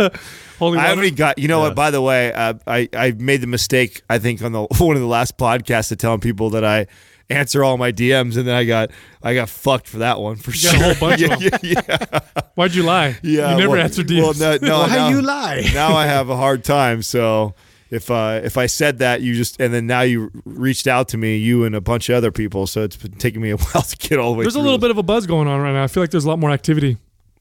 I mean? Holy I water. already got. You know what? By the way, uh, I I made the mistake. I think on the <laughs> one of the last podcasts of telling people that I answer all my DMs, and then I got I got fucked for that one for You sure. <laughs> got a whole bunch of them. yeah, yeah, Why'd you lie? yeah. You never well, answered DMs. Well, no, no, Why now- you lie? <laughs> now I have a hard time. So if uh, if I said that, you just and then now you reached out to me, you and a bunch of other people. So it's been taking me a <laughs> while to get all the way. There's a through little this. bit of a buzz going on right now. I feel like there's a lot more activity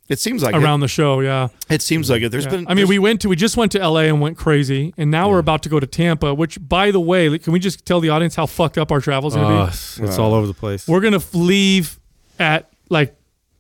It seems like around the show. Yeah. It, it seems like it. There's Yeah. been. I mean, we went to we just went to LA and went crazy, and now we're about to go to Tampa. Which, by the way, like, can we just tell the audience how fucked up our travel's gonna Uh, be? it's all over the place. We're gonna f- leave at like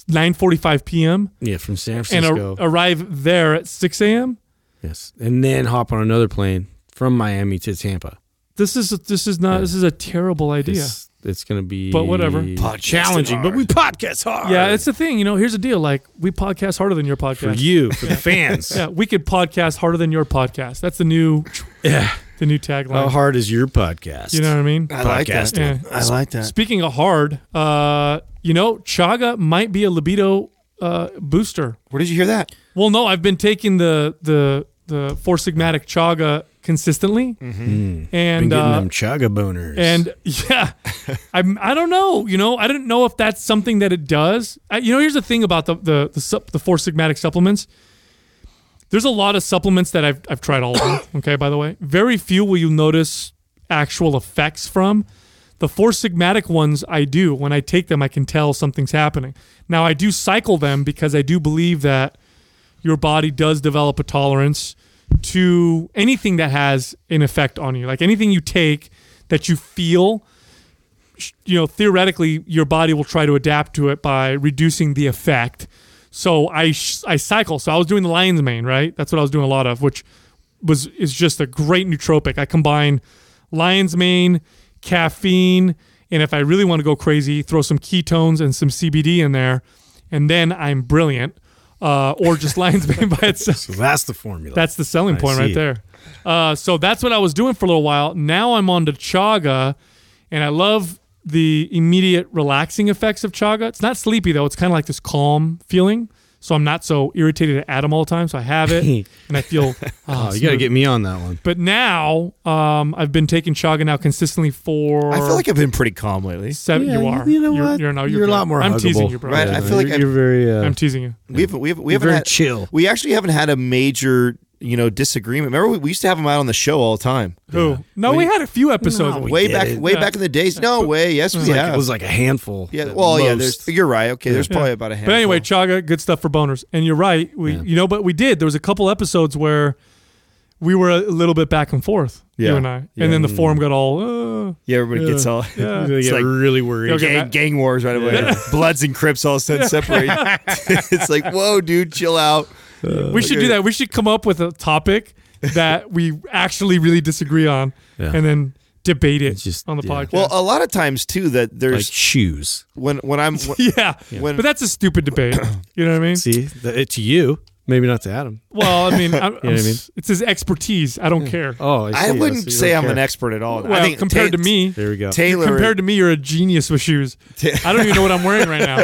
9:45 p.m. Yeah, from San and Francisco. ar- arrive there at 6 a.m. yes. And then hop on another plane from Miami to Tampa. This is this is not this is a terrible idea. It's, it's going to be But whatever. Podcasting challenging, but hard. we podcast hard. yeah, it's the thing. You know, here's the deal. Like we podcast harder than your for podcast. you, for the fans. <laughs> Yeah, we could podcast harder than your podcast. That's the new Yeah. the new tagline. How hard Ah, is your podcast? You know what I mean? I like that. podcasting. Yeah. I like that. Speaking of hard, uh, you know, chaga might be a libido uh, booster. Where did you hear that? Well, no, I've been taking the the the four sigmatic chaga consistently, Hmm. Been and getting uh, them chaga boners. and yeah, I'm I don't know. You know, I didn't know if that's something that it does. I, you know, here's the thing about the the the, sup, the four sigmatic supplements. There's a lot of supplements that I've I've tried all of them. Okay, by the way, very few will you notice actual effects from. The four sigmatic ones I do. When I take them, I can tell something's happening. Now I do cycle them because I do believe that your body does develop a tolerance to anything that has an effect on you. Like anything you take that you feel, sh- you know, theoretically, your body will try to adapt to it by reducing the effect. So I sh- I cycle. So I was doing the lion's mane, right? That's what I was doing a lot of, which was is just a great nootropic. I combine lion's mane, caffeine, and if I really want to go crazy, throw some ketones and some CBD in there, and then I'm brilliant. Uh, or just <laughs> lion's mane by itself. so that's the formula. That's the selling I point right see. there. Uh, so that's what I was doing for a little while. Now I'm on to chaga, and I love the immediate relaxing effects of chaga. It's not sleepy though. It's kind of like this calm feeling. So I'm not so irritated at Adam all the time. So I have <laughs> it, and I feel. ah, Oh, you got to smooth. get me on that one. But now, um, I've been taking chaga now consistently for. I feel like I've been pretty calm lately. seven. Yeah, you are. You know You're- what? You're, no, you're, a good. lot more. I'm huggable. teasing you, bro. Right, I feel like you're, I'm- you're very. Uh, I'm teasing you. We haven't we haven't we you're haven't very had, chill. we actually haven't had a major you know disagreement. Remember we, we used to have them out on the show all the time. Who? No, we, had a few episodes. No, we- way did back it. way Yeah. back in the days. No way. Yes, we Like, have. It was like a handful. yeah. at Well, yeah. most. There's. You're right. Okay. There's probably about a handful. but anyway, Chaga, good stuff for boners. And you're right. We, you know, but we did. There was a couple episodes where we were a little bit back and forth, you Yeah. and I. Yeah. And then Mm. the forum got all. Uh, yeah, everybody gets all yeah. They It's get like- really worried. Okay. gang, that- gang wars right away. <laughs> Bloods and Crips all of a sudden separate. <laughs> it's like whoa, dude, chill out. Uh, we should do that. We should come up with a topic <laughs> that we actually really disagree on, Yeah. and then debate it It's just- on the yeah. podcast. Well, a lot of times too that Like there's shoes. when <laughs> when I'm when, <laughs> yeah, when- but that's a stupid <coughs> debate. You know what I mean? See, th- it's you. Maybe not to Adam. Well, <laughs> I mean, I'm, I mean? s- it's his expertise. I don't care. Oh, I, see. I wouldn't see. say Don't I'm an care. expert at all. well, I think compared Ta- to me, There we go. Taylor compared to me, you're a genius with shoes. I don't even know what I'm wearing right now.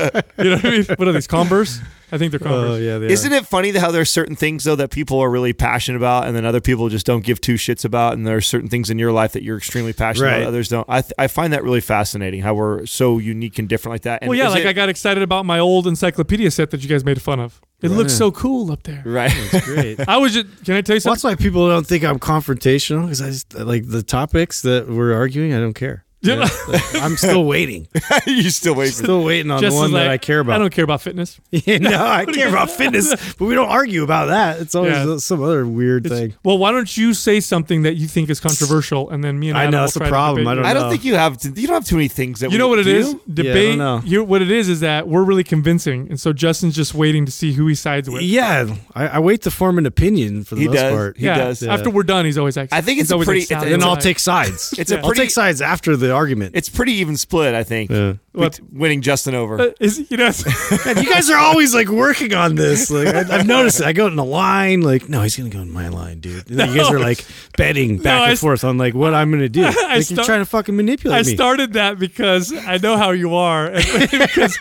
You know what I mean? What are these Converse? I think they're Oh Converse. yeah. They Isn't it funny how there are certain things though that people are really passionate about, and then other people just don't give two shits about, and there are certain things in your life that you're extremely passionate Right. about, others don't. I, th- I find that really fascinating how we're so unique and different like that. And Well, yeah, is like it- I got excited about my old encyclopedia set that you guys made fun of. It looks so cool up there. <laughs> <laughs> right. great. I was just, can I tell you Well, that's something? why people don't think I'm confrontational because I just like the topics that we're arguing. I don't care. Yeah. Like, I'm <laughs> still waiting. <laughs> you still wait. For Still waiting on Jess the is one that like, I care about. I don't care about fitness. <laughs> Yeah, no, I care about fitness, but we don't argue about that. It's always Yeah. some other weird It's- thing. Well, why don't you say something that you think is controversial, and then me and I Adam know, will that's the try to problem. debate I you. don't I don't No. think you have. To, you don't have too many things uh, that You know we what it do. is? Yeah, I don't Debate. know. you what it is is that we're really convincing, and so Justin's just waiting to see who he sides with. Yeah, I, I wait to form an opinion for the He most does. part. He Yeah, does. After we're done, he's always like, I think he's it's a always pretty- like, it's- "Sally, Then I'll Sally." take sides. <laughs> It's a I'll pretty- take sides after the argument. It's pretty even split, I think. Yeah. What? bet- winning Justin over. Uh, is you know <laughs> And you guys are always like working on this. Like I, I've noticed it. I go in a line, like no, he's gonna go in my line, dude. And then you guys <laughs> are like betting back No, and I s- forth on like what I'm <laughs> gonna do. Like, you're start- trying to fucking manipulate I me. started that because I know how you are, <laughs> and because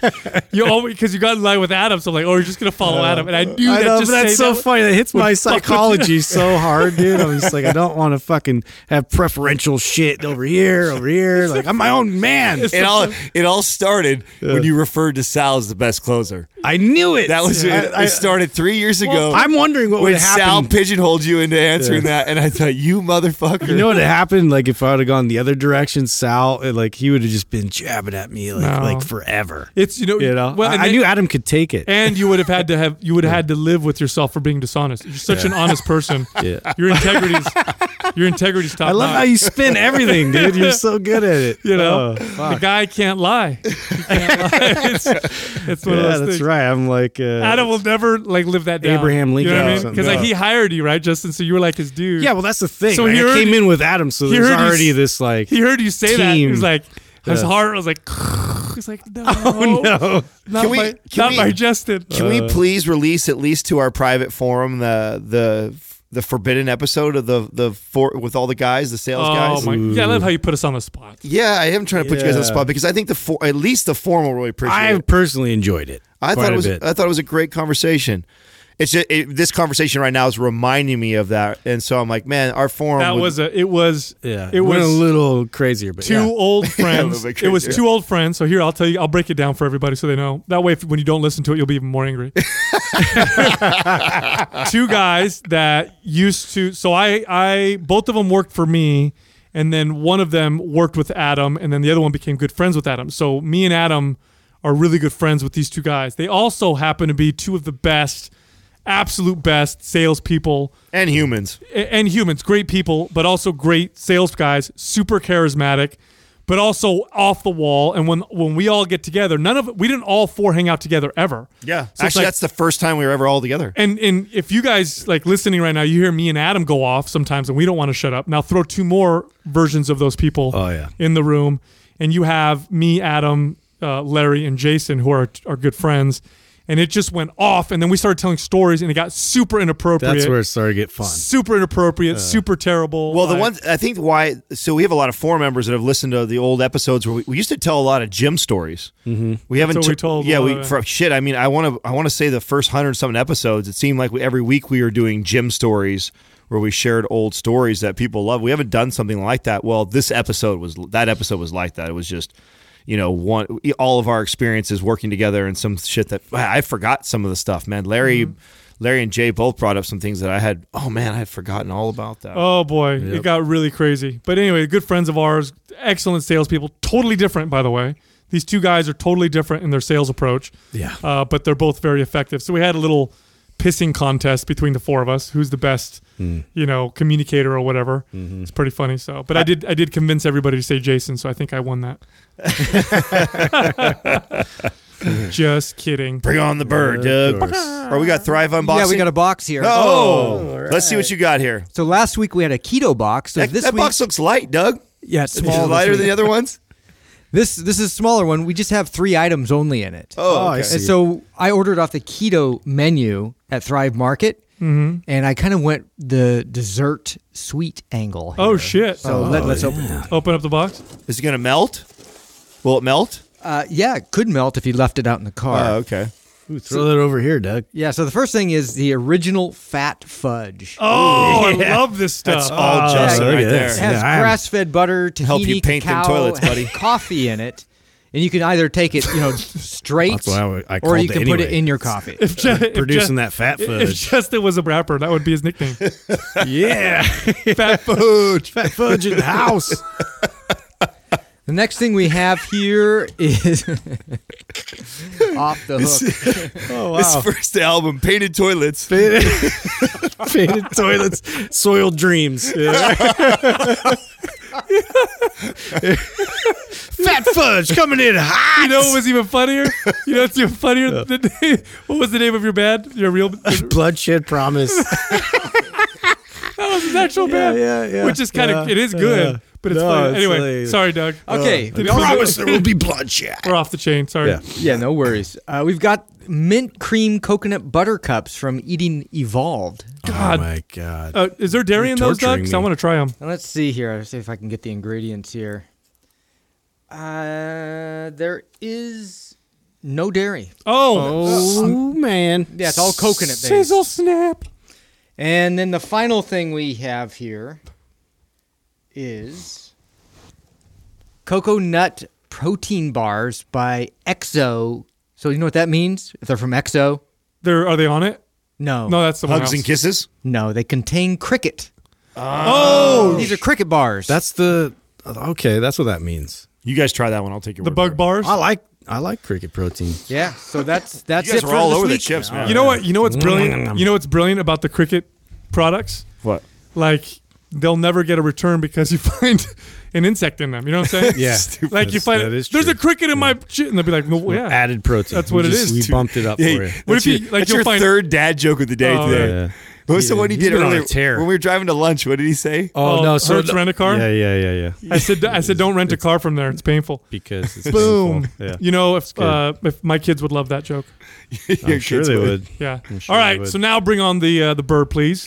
you always because you got in line with Adam. So I'm like, oh, you're just gonna follow Adam, and I knew Uh, I that. know, but just that's say so that- funny. That hits my fuck with psychology so hard, dude. I'm just like, I <laughs> don't want to fucking have preferential shit over here, over here. Like, I'm my own man. it all it all started when you referred to Sal as the best closer. I knew it. That was it. I, it started three years ago. am wondering what when would Sal happen. pigeonholed you into answering that, and I thought, you motherfucker. you know what happened? Like, if I would have gone the other direction, Sal, it, like, he would have just been jabbing at me like, No. like forever. It's you know, You know, Well, I, and I then- knew Adam could take it. and you would have had to have you would have had to live with yourself for being dishonest. You're such an honest person. <laughs> Yeah. Your integrity's your integrity's top. I love notch. how you spin everything, dude. You're so good at it. <laughs> You know, Oh, the guy can't lie. He <laughs> can't lie. <laughs> It's, it's one of yeah, those that's things. right. I'm like, uh, Adam will never like live that down. Abraham you know Lincoln what or I mean? something. Because like Yeah. he hired you, right, Justin? So you were like his dude. Yeah, well, that's the thing. Hmm. So So like, he I already- came in with Adam, so he there's already s- already this like, <laughs> he heard you say that. He was Team. like, his Yeah. heart was like, <laughs> he's like, <laughs> no, oh, no, not Can we- by, can not we- by Justin. Can Uh, we please release at least to our private forum the the the forbidden episode of the the for, with all the guys, the sales Uh, oh guys? my! Yeah, I love how you put us on the spot. Yeah, I am trying to put you guys on the Yeah. spot because I think the for, at least the forum will really appreciate I it. personally enjoyed it. I quite thought a it was uh, bit. I thought it was a great conversation. It's just, it, this conversation right now is reminding me of that, and so I'm like, man, our forum That would- was a. It was. yeah, It went was a little crazier, but two yeah. old friends. little bit it was crazy. two old friends. So here, I'll tell you. I'll break it down for everybody so they know. That way, if, when you don't listen to it, you'll be even more angry. <laughs> two guys that used to. So I, I, both of them worked for me, and then one of them worked with Adam, and then the other one became good friends with Adam. So me and Adam are really good friends with these two guys. They also happen to be two of the best, absolute best salespeople and humans. a- and humans, great people, but also great sales guys, super charismatic, but also off the wall. And when when we all get together, none of we didn't all four hang out together ever. Yeah, So it's actually, like- that's the first time we were ever all together. And and if you guys like listening right now, you hear me and Adam go off sometimes, and we don't want to shut up. Now throw two more versions of those people. Oh, yeah. in the room, and you have me, Adam, uh, Larry, and Jason, who are are good friends. and it just went off. And then we started telling stories, and it got super inappropriate. That's where it started to get fun. super inappropriate, super terrible. Well, the like- one I think why so we have a lot of forum members that have listened to the old episodes where we, we used to tell a lot of gym stories. Mm-hmm. We haven't what we t- told a Yeah, lot we of- for, shit. I mean, I want to I want to say the first hundred something episodes. It seemed like we, every week we were doing gym stories where we shared old stories that people love. We haven't done something like that. Well, this episode was that episode was like that. It was just. You know, one e, all of our experiences working together and some shit that I I forgot some of the stuff, man. Larry, Mm-hmm. Larry and Jay both brought up some things that I had. Oh man, I had forgotten all about that. Oh boy, it Yep. got really crazy. But anyway, good friends of ours, excellent salespeople, totally different, by the way. These two guys are totally different in their sales approach. Yeah. Uh, but they're both very effective. So we had a little pissing contest between the four of us, who's the best, Hmm. you know, communicator or whatever. Mm-hmm. It's pretty funny. So, but I did, I did convince everybody to say Jason. So I think I won <laughs> that. <laughs> Just <laughs> kidding. Bring on the bird, Doug. Of course. Or we got Thrive unboxing. Yeah, we got a box here. Oh, let's see what you got here. So last week we had a keto box. So That, this that week, box looks light, Doug. yeah, it's Is it small. this lighter than week. the other ones. This this is a smaller one. We just have three items only in it. Oh, I okay. see. And so I ordered off the keto menu at Thrive Market, Mm-hmm. and I kind of went the dessert sweet angle. Oh here. shit. So let, Oh, us open it. Open up the box. is it gonna melt? Will it melt? Uh, yeah, it could melt if you left it out in the car. Oh, okay. Ooh, throw that over here, Doug. yeah, so the first thing is the original fat fudge. <laughs> Oh, I love this stuff. That's all Ah. Justin look right at there. It this. has Yeah, I am- grass-fed butter, tahini, Help you paint them cacao, toilets, has buddy. coffee in it, and you can either take it, you know, straight, That's why I wa- I or called you it can put it anyway. in your coffee. <laughs> If Je- if Je- Producing that fat <laughs> If fudge. Justin was a rapper, that would be his <laughs> nickname. yeah. Fat <laughs> fudge. fat fudge in the house. The next thing we have here is <laughs> off the hook. Oh, His first album, Painted Toilets. <laughs> Faded toilets, soiled dreams. <laughs> Fat fudge coming in hot. You know what was even funnier? You know what's even funnier? The name, what was the name of your band? Your real, your <laughs> Bloodshed promise. actual band? yeah, yeah. Which is kind of, Yeah, it is yeah. good, but it's No, funny. it's Anyway, like- sorry, Doug. Okay, we Did- also- there will be bloodshed. We're off the chain. Sorry. Yeah. yeah, no worries. Uh, we've got mint cream coconut butter cups from Eating Evolved. God. Oh my god. Uh, is there dairy You're in those, Doug? torturing 'Cause I me. want to try them. Now let's see here. Let's see if I can get the ingredients here. Uh, there is no dairy. Oh. man. Yeah, it's all coconut based. Sizzle snap. And then the final thing we have here is cocoa nut protein bars by Exo. So you know what that means? If they're from Exo? They're, are they on it? No. No, that's the one. Hugs and kisses. No, they contain cricket. Oh. These are cricket bars. That's the okay. That's what that means. You guys try that one. I'll take your The word for bug it. bars. I like I like cricket protein. yeah, <laughs> so that's that's You guys it were for all this over the week. chips, man. You know what? You know what's brilliant? You know what's brilliant about the cricket products? what? like they'll never get a return because you <laughs> find an insect in them. You know what I'm saying? Yeah. Like you That's- find that it, is there's a true. cricket in my shit, and they'll be like, "No, well, Oh, yeah." Added protein. That's what we it just- is, We too. bumped it up Hey, for you. What if that's you- your, like, that's you'll your find- third dad joke of the day Oh, today. Yeah. What was the one he He's did been on a earlier? tear. When we were driving to lunch, what did he say? <laughs> Oh, no, so Hertz the- Rent-A-Car? Yeah, yeah, yeah, yeah. I said, I said, don't rent a car from there. It's painful. Because it's Boom. painful. Yeah. You know, if good. uh, if my kids would love that joke. I'm sure they would. Yeah. sure All they right. would. So now bring on the uh, the bird, please.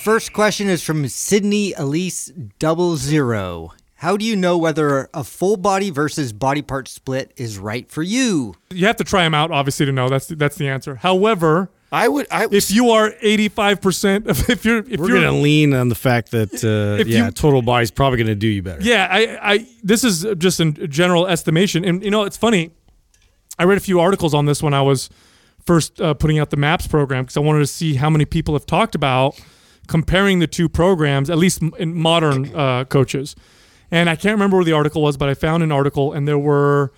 First question is from Sydney Elise Double Zero. How do you know whether a full body versus body part split is right for you? You have to try them out, obviously, to know. That's the, that's the answer. However, I would. I if you are 85 percent, if you're if We're you're gonna lean on the fact that uh, If yeah, you- total body's probably gonna do you better. Yeah, I, I this is just a general estimation, and you know it's funny. I read a few articles on this when I was first uh, putting out the Maps program because I wanted to see how many people have talked about comparing the two programs, at least m- in modern uh, coaches. And I can't remember where the article was, but I found an article, and there were,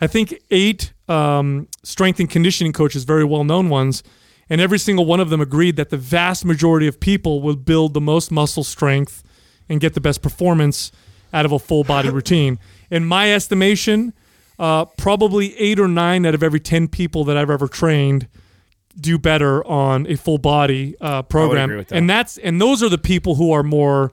I think, eight um, strength and conditioning coaches, very well known ones, and every single one of them agreed that the vast majority of people will build the most muscle strength and get the best performance out of a full body routine. In my estimation, uh, probably eight or nine out of every 10 people that I've ever trained do better on a full body uh, program. agree with that. And that's and those are the people who are more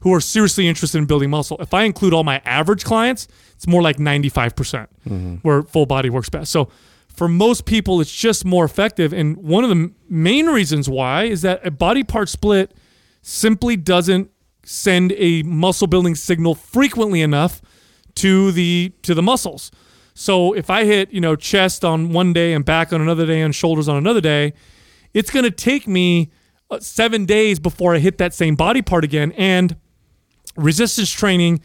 who are seriously interested in building muscle. If I include all my average clients, it's more like 95% percent Mm-hmm. where full body works best. So for most people, it's just more effective. And one of the m- main reasons why is that a body part split simply doesn't send a muscle building signal frequently enough to the to the muscles. So if I hit, you know, chest on one day and back on another day and shoulders on another day, it's going to take me uh, 7 days before I hit that same body part again and resistance training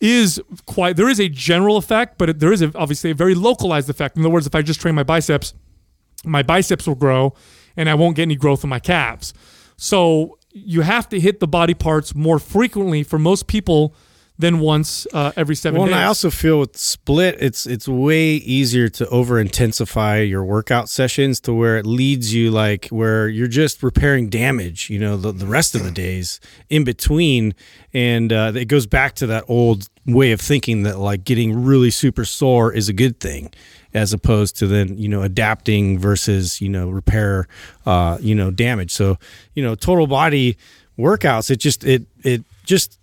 is quite there is a general effect, but it, there is a, obviously a very localized effect. In other words, if I just train my biceps, my biceps will grow and I won't get any growth in my calves. So you have to hit the body parts more frequently for most people than once uh, every seven Well, days. and I also feel with split, it's it's way easier to over intensify your workout sessions to where it leads you like where you're just repairing damage, you know, the, the rest of the days in between, and uh, it goes back to that old way of thinking that like getting really super sore is a good thing, as opposed to then you know adapting versus you know repair, uh, you know damage. So you know total body workouts, it just it it just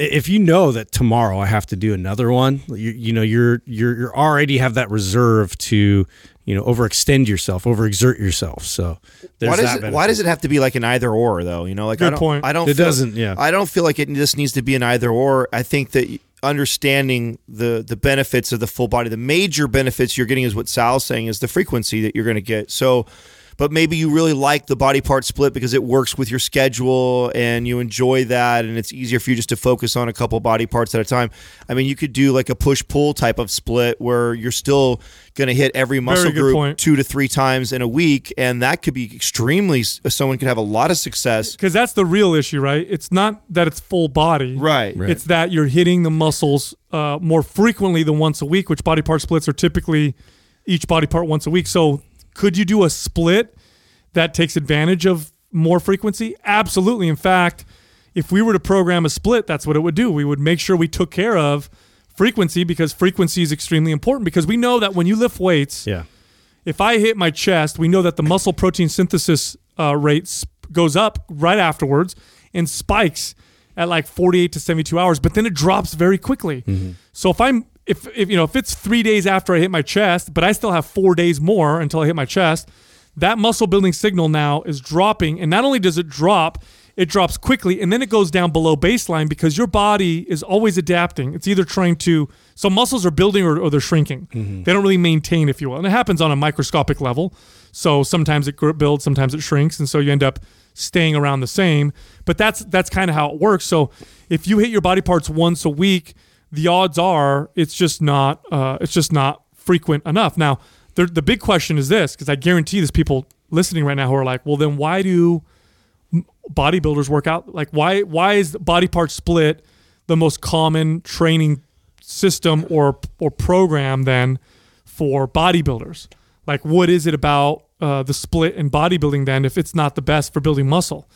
if you know that tomorrow I have to do another one, you, you know you're you're you're already have that reserve to you know overextend yourself, overexert yourself. So there's Why does that it Why does it benefit. have to be like an either or though? You know, like I Good don't, point. I don't. It feel- doesn't, yeah. I don't feel like it just needs to be an either or. I think that understanding the the benefits of the full body, the major benefits you're getting is what Sal's saying is the frequency that you're going to get. So. But maybe you really like the body part split because it works with your schedule and you enjoy that, and it's easier for you just to focus on a couple body parts at a time. I mean, you could do like a push pull type of split where you're still going to hit every muscle good group point. two to three times in a week, and that could be extremely. Someone could have a lot of success. because that's the real issue, right? It's not that it's full body, Right. Right. It's that you're hitting the muscles uh, more frequently than once a week, which body part splits are typically each body part once a week. So, could you do a split that takes advantage of more frequency? Absolutely. In fact, if we were to program a split, that's what it would do. We would make sure we took care of frequency because frequency is extremely important because we know that when you lift weights, Yeah, if I hit my chest, we know that the muscle protein synthesis uh, rate sp- goes up right afterwards and spikes at like 48 to 72 hours, but then it drops very quickly. So if I'm if, if you know if it's three days after I hit my chest, but I still have four days more until I hit my chest, that muscle building signal now is dropping, and not only does it drop. It drops quickly and then it goes down below baseline because your body is always adapting. It's either trying to, so muscles are building or, or they're shrinking. They don't really maintain, if you will. And it happens on a microscopic level. So sometimes it gr- builds, sometimes it shrinks. And so you end up staying around the same. But that's, that's kind of how it works. So if you hit your body parts once a week, the odds are it's just not, uh, it's just not frequent enough. Now, the, the big question is this, because I guarantee there's people listening right now who are like, well, then why do, bodybuilders work out? Like, why why is the body part split the most common training system or or program then for bodybuilders? Like, what is it about uh, the split in bodybuilding then if it's not the best for building muscle?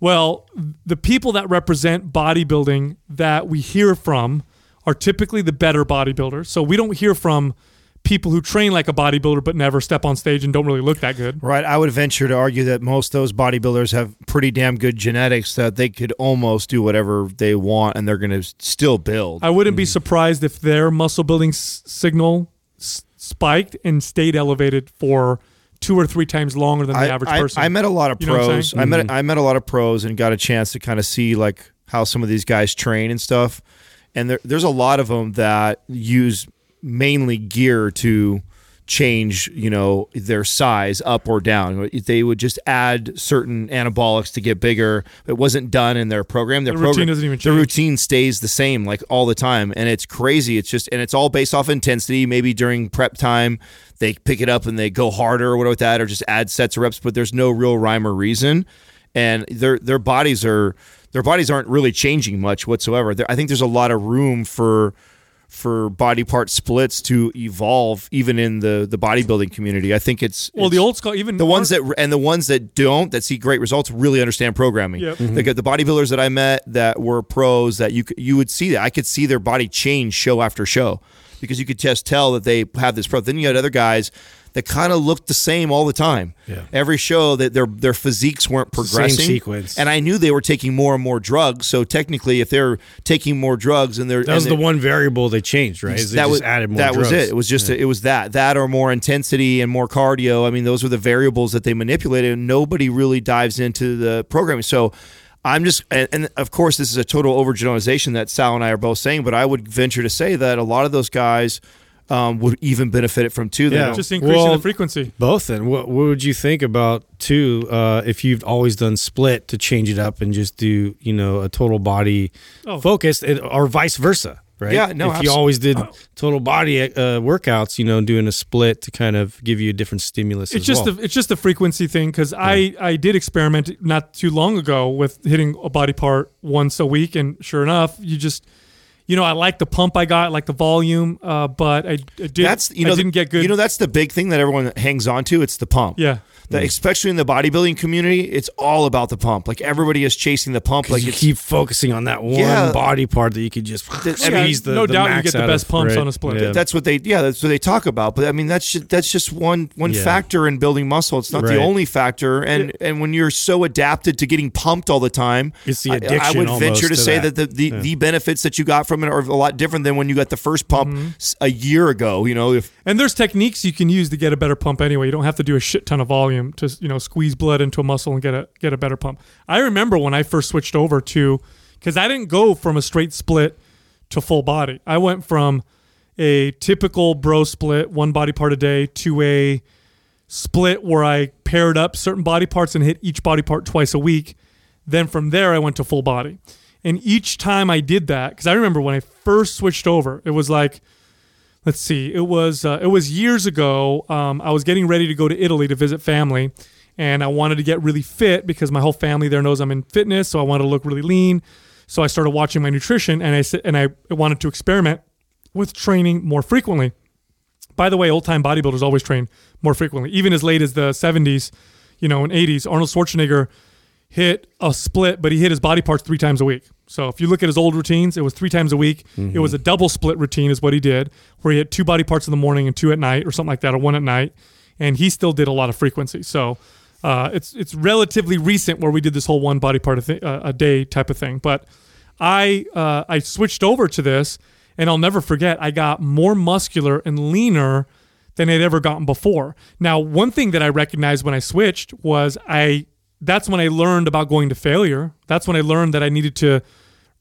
Well, the people that represent bodybuilding that we hear from are typically the better bodybuilders. So we don't hear from people who train like a bodybuilder but never step on stage and don't really look that good. Right. I would venture to argue that most of those bodybuilders have pretty damn good genetics that they could almost do whatever they want and they're going to still build. I wouldn't be surprised if their muscle building s- signal s- spiked and stayed elevated for two or three times longer than the I, average I- person. I met a lot of You know what I'm pros. saying? Mm-hmm. I met I met a lot of pros and got a chance to kind of see like how some of these guys train and stuff. And there, there's a lot of them that use mainly gear to change, you know, their size up or down. They would just add certain anabolics to get bigger. It wasn't done in their program. Their The routine program- doesn't even Their change. routine stays the same like all the time and it's crazy it's just and it's all based off intensity maybe during prep time they pick it up and they go harder or whatever with that or just add sets of reps but there's no real rhyme or reason and their their bodies are their bodies aren't really changing much whatsoever There- i think there's a lot of room for for body part splits to evolve even in the the bodybuilding community. I think it's Well, the it's- old school, even the ones our- that and the ones that don't that see great results really understand programming. Yep. Like, The, bodybuilders that I met that were pros that you c- you would see that I could see their body change show after show because you could just tell that they have this pro. Then you had other guys that kind of looked the same all the time. Yeah. Every show that their their physiques weren't the same progressing. sequence. And I knew they were taking more and more drugs. So technically, if they're taking more drugs and they're That was and the they- one variable they changed, right? Is they just added more that drugs. was it. It was just it was that that or more intensity and more cardio. I mean, those were the variables that they manipulated, and nobody really dives into the programming. So. I'm just, and, and of course, this is a total overgeneralization that Sal and I are both saying, but I would venture to say that a lot of those guys um, would even benefit it from too. They Yeah. don't- just increasing Well, the frequency. Both then. What what would you think about too uh, if you've always done split to change it up and just do you know a total body Oh. focus and- or vice versa, right? Yeah, no, If abso- you always did oh. total body uh, workouts, you know, doing a split to kind of give you a different stimulus. It's as just well. the, it's just the frequency thing because I I did experiment not too long ago with hitting a body part once a week, and sure enough, you just you know I like the pump I got, I like the volume, uh, but I, I did that's you know I didn't get good. You know that's the big thing that everyone hangs on to. It's the pump. Yeah. That- Mm. especially in the bodybuilding community, it's all about the pump. Like everybody is chasing the pump. Like you it's keep focusing on that one Yeah. body part that you could just I <laughs> squeeze mean, the no the doubt you max get the out best of, pumps right? on a split. Yeah. that's what they yeah that's what they talk about but i mean that's just, that's just one one Yeah. factor in building muscle it's not the Right. only factor and and when you're so adapted to getting pumped all the time It's the I- I, addiction would venture to, almost to say that, that. the, the, the benefits that you got from it are a lot different than when you got the first pump Mm-hmm. s- a year ago you know if and there's techniques you can use to get a better pump anyway. You don't have to do a shit ton of volume to you know squeeze blood into a muscle and get a get a better pump. I remember when I first switched over to because I didn't go from a straight split to full body. I went from a typical bro split, one body part a day, to a split where I paired up certain body parts and hit each body part twice a week. Then from there, I went to full body. And each time I did that, because I remember when I first switched over, it was like, let's see, it was uh, it was years ago. Um, I was getting ready to go to Italy to visit family, and I wanted to get really fit because my whole family there knows I'm in fitness, so I wanted to look really lean. So I started watching my nutrition, and I s- and I wanted to experiment with training more frequently. By the way, old time bodybuilders always train more frequently, even as late as the 70s, you know, and 80s. Arnold Schwarzenegger hit a split, but he hit his body parts three times a week. So if you look at his old routines, it was three times a week. It was a double split routine, is what he did, where he hit two body parts in the morning and two at night, or something like that, or one at night. And he still did a lot of frequency. So uh, it's it's relatively recent where we did this whole one body part a, thi- uh, a day type of thing. But I uh, I switched over to this, and I'll never forget. I got more muscular and leaner than I'd ever gotten before. Now, one thing that I recognized when I switched was I that's when I learned about going to failure. That's when I learned that I needed to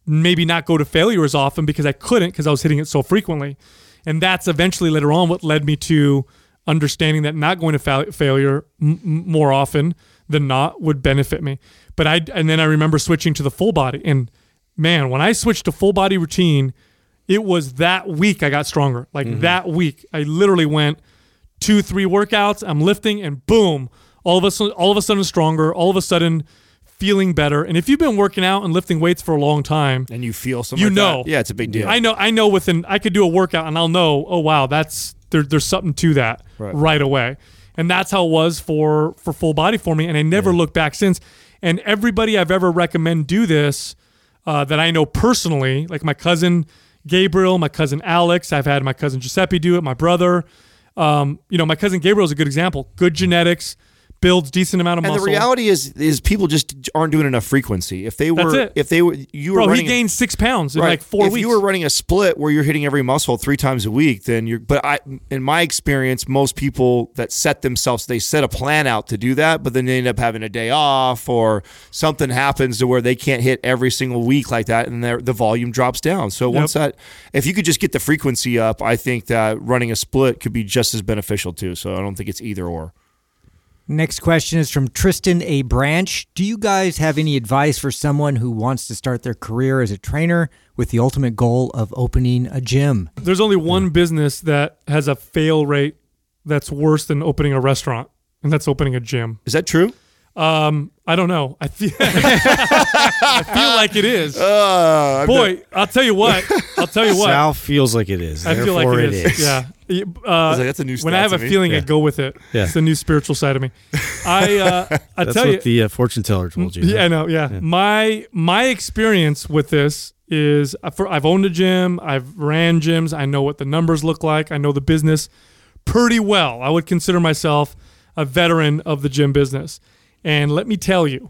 maybe not go to failure as often because I couldn't because I was hitting it so frequently. And that's eventually later on what led me to understanding that not going to fa- failure m- m- more often than not would benefit me. But I and then I remember switching to the full body and man, when I switched to full body routine, it was that week I got stronger. Like that week, I literally went two, three workouts. I'm lifting, and boom! All of a sudden, all of a sudden, stronger. All of a sudden, feeling better. And if you've been working out and lifting weights for a long time, and you feel something you like know, that, yeah it's a big deal I know, I know. Within, I could do a workout, and I'll know. Oh wow, that's there, there's something to that right. away. And that's how it was for for full body for me. And I never looked back since. And everybody I've ever recommend do this uh, that I know personally, like my cousin Gabriel, my cousin Alex. I've had my cousin Giuseppe do it. My brother. Um, you know, my cousin Gabriel is a good example. Good genetics, builds decent amount of Mm. and the muscle. reality is is people just aren't doing enough frequency if they That's were it. if they were you were Bro, he running gained six pounds in like four if weeks. you were running a split where you're hitting every muscle three times a week, then you're. But I, in my experience, most people that set themselves, they set a plan out to do that, but then they end up having a day off or something happens to where they can't hit every single week like that, and their the volume drops down. So once that, if you could just get the frequency up, I think that running a split could be just as beneficial too. So I don't think it's either or. Next question is from Tristan A. Branch. Do you guys have any advice for someone who wants to start their career as a trainer with the ultimate goal of opening a gym? there's only one business that has a fail rate that's worse than opening a restaurant, and that's opening a gym. Is that true? I don't know. I feel, <laughs> I feel like it is. Uh, Boy, I'll tell you what. I'll tell you what. Sal feels like it is. I feel like therefore it is. Yeah. Yeah, Uh, was like, "That's a new when I stat have to a me." feeling, I Yeah. go with it. Yeah. It's the new spiritual side of me. I <laughs> uh, I That's tell what you, the uh, fortune teller told you. yeah, I huh? know. Yeah. my my experience with this is uh, for I've owned a gym, I've ran gyms, I know what the numbers look like, I know the business pretty well. I would consider myself a veteran of the gym business, and let me tell you,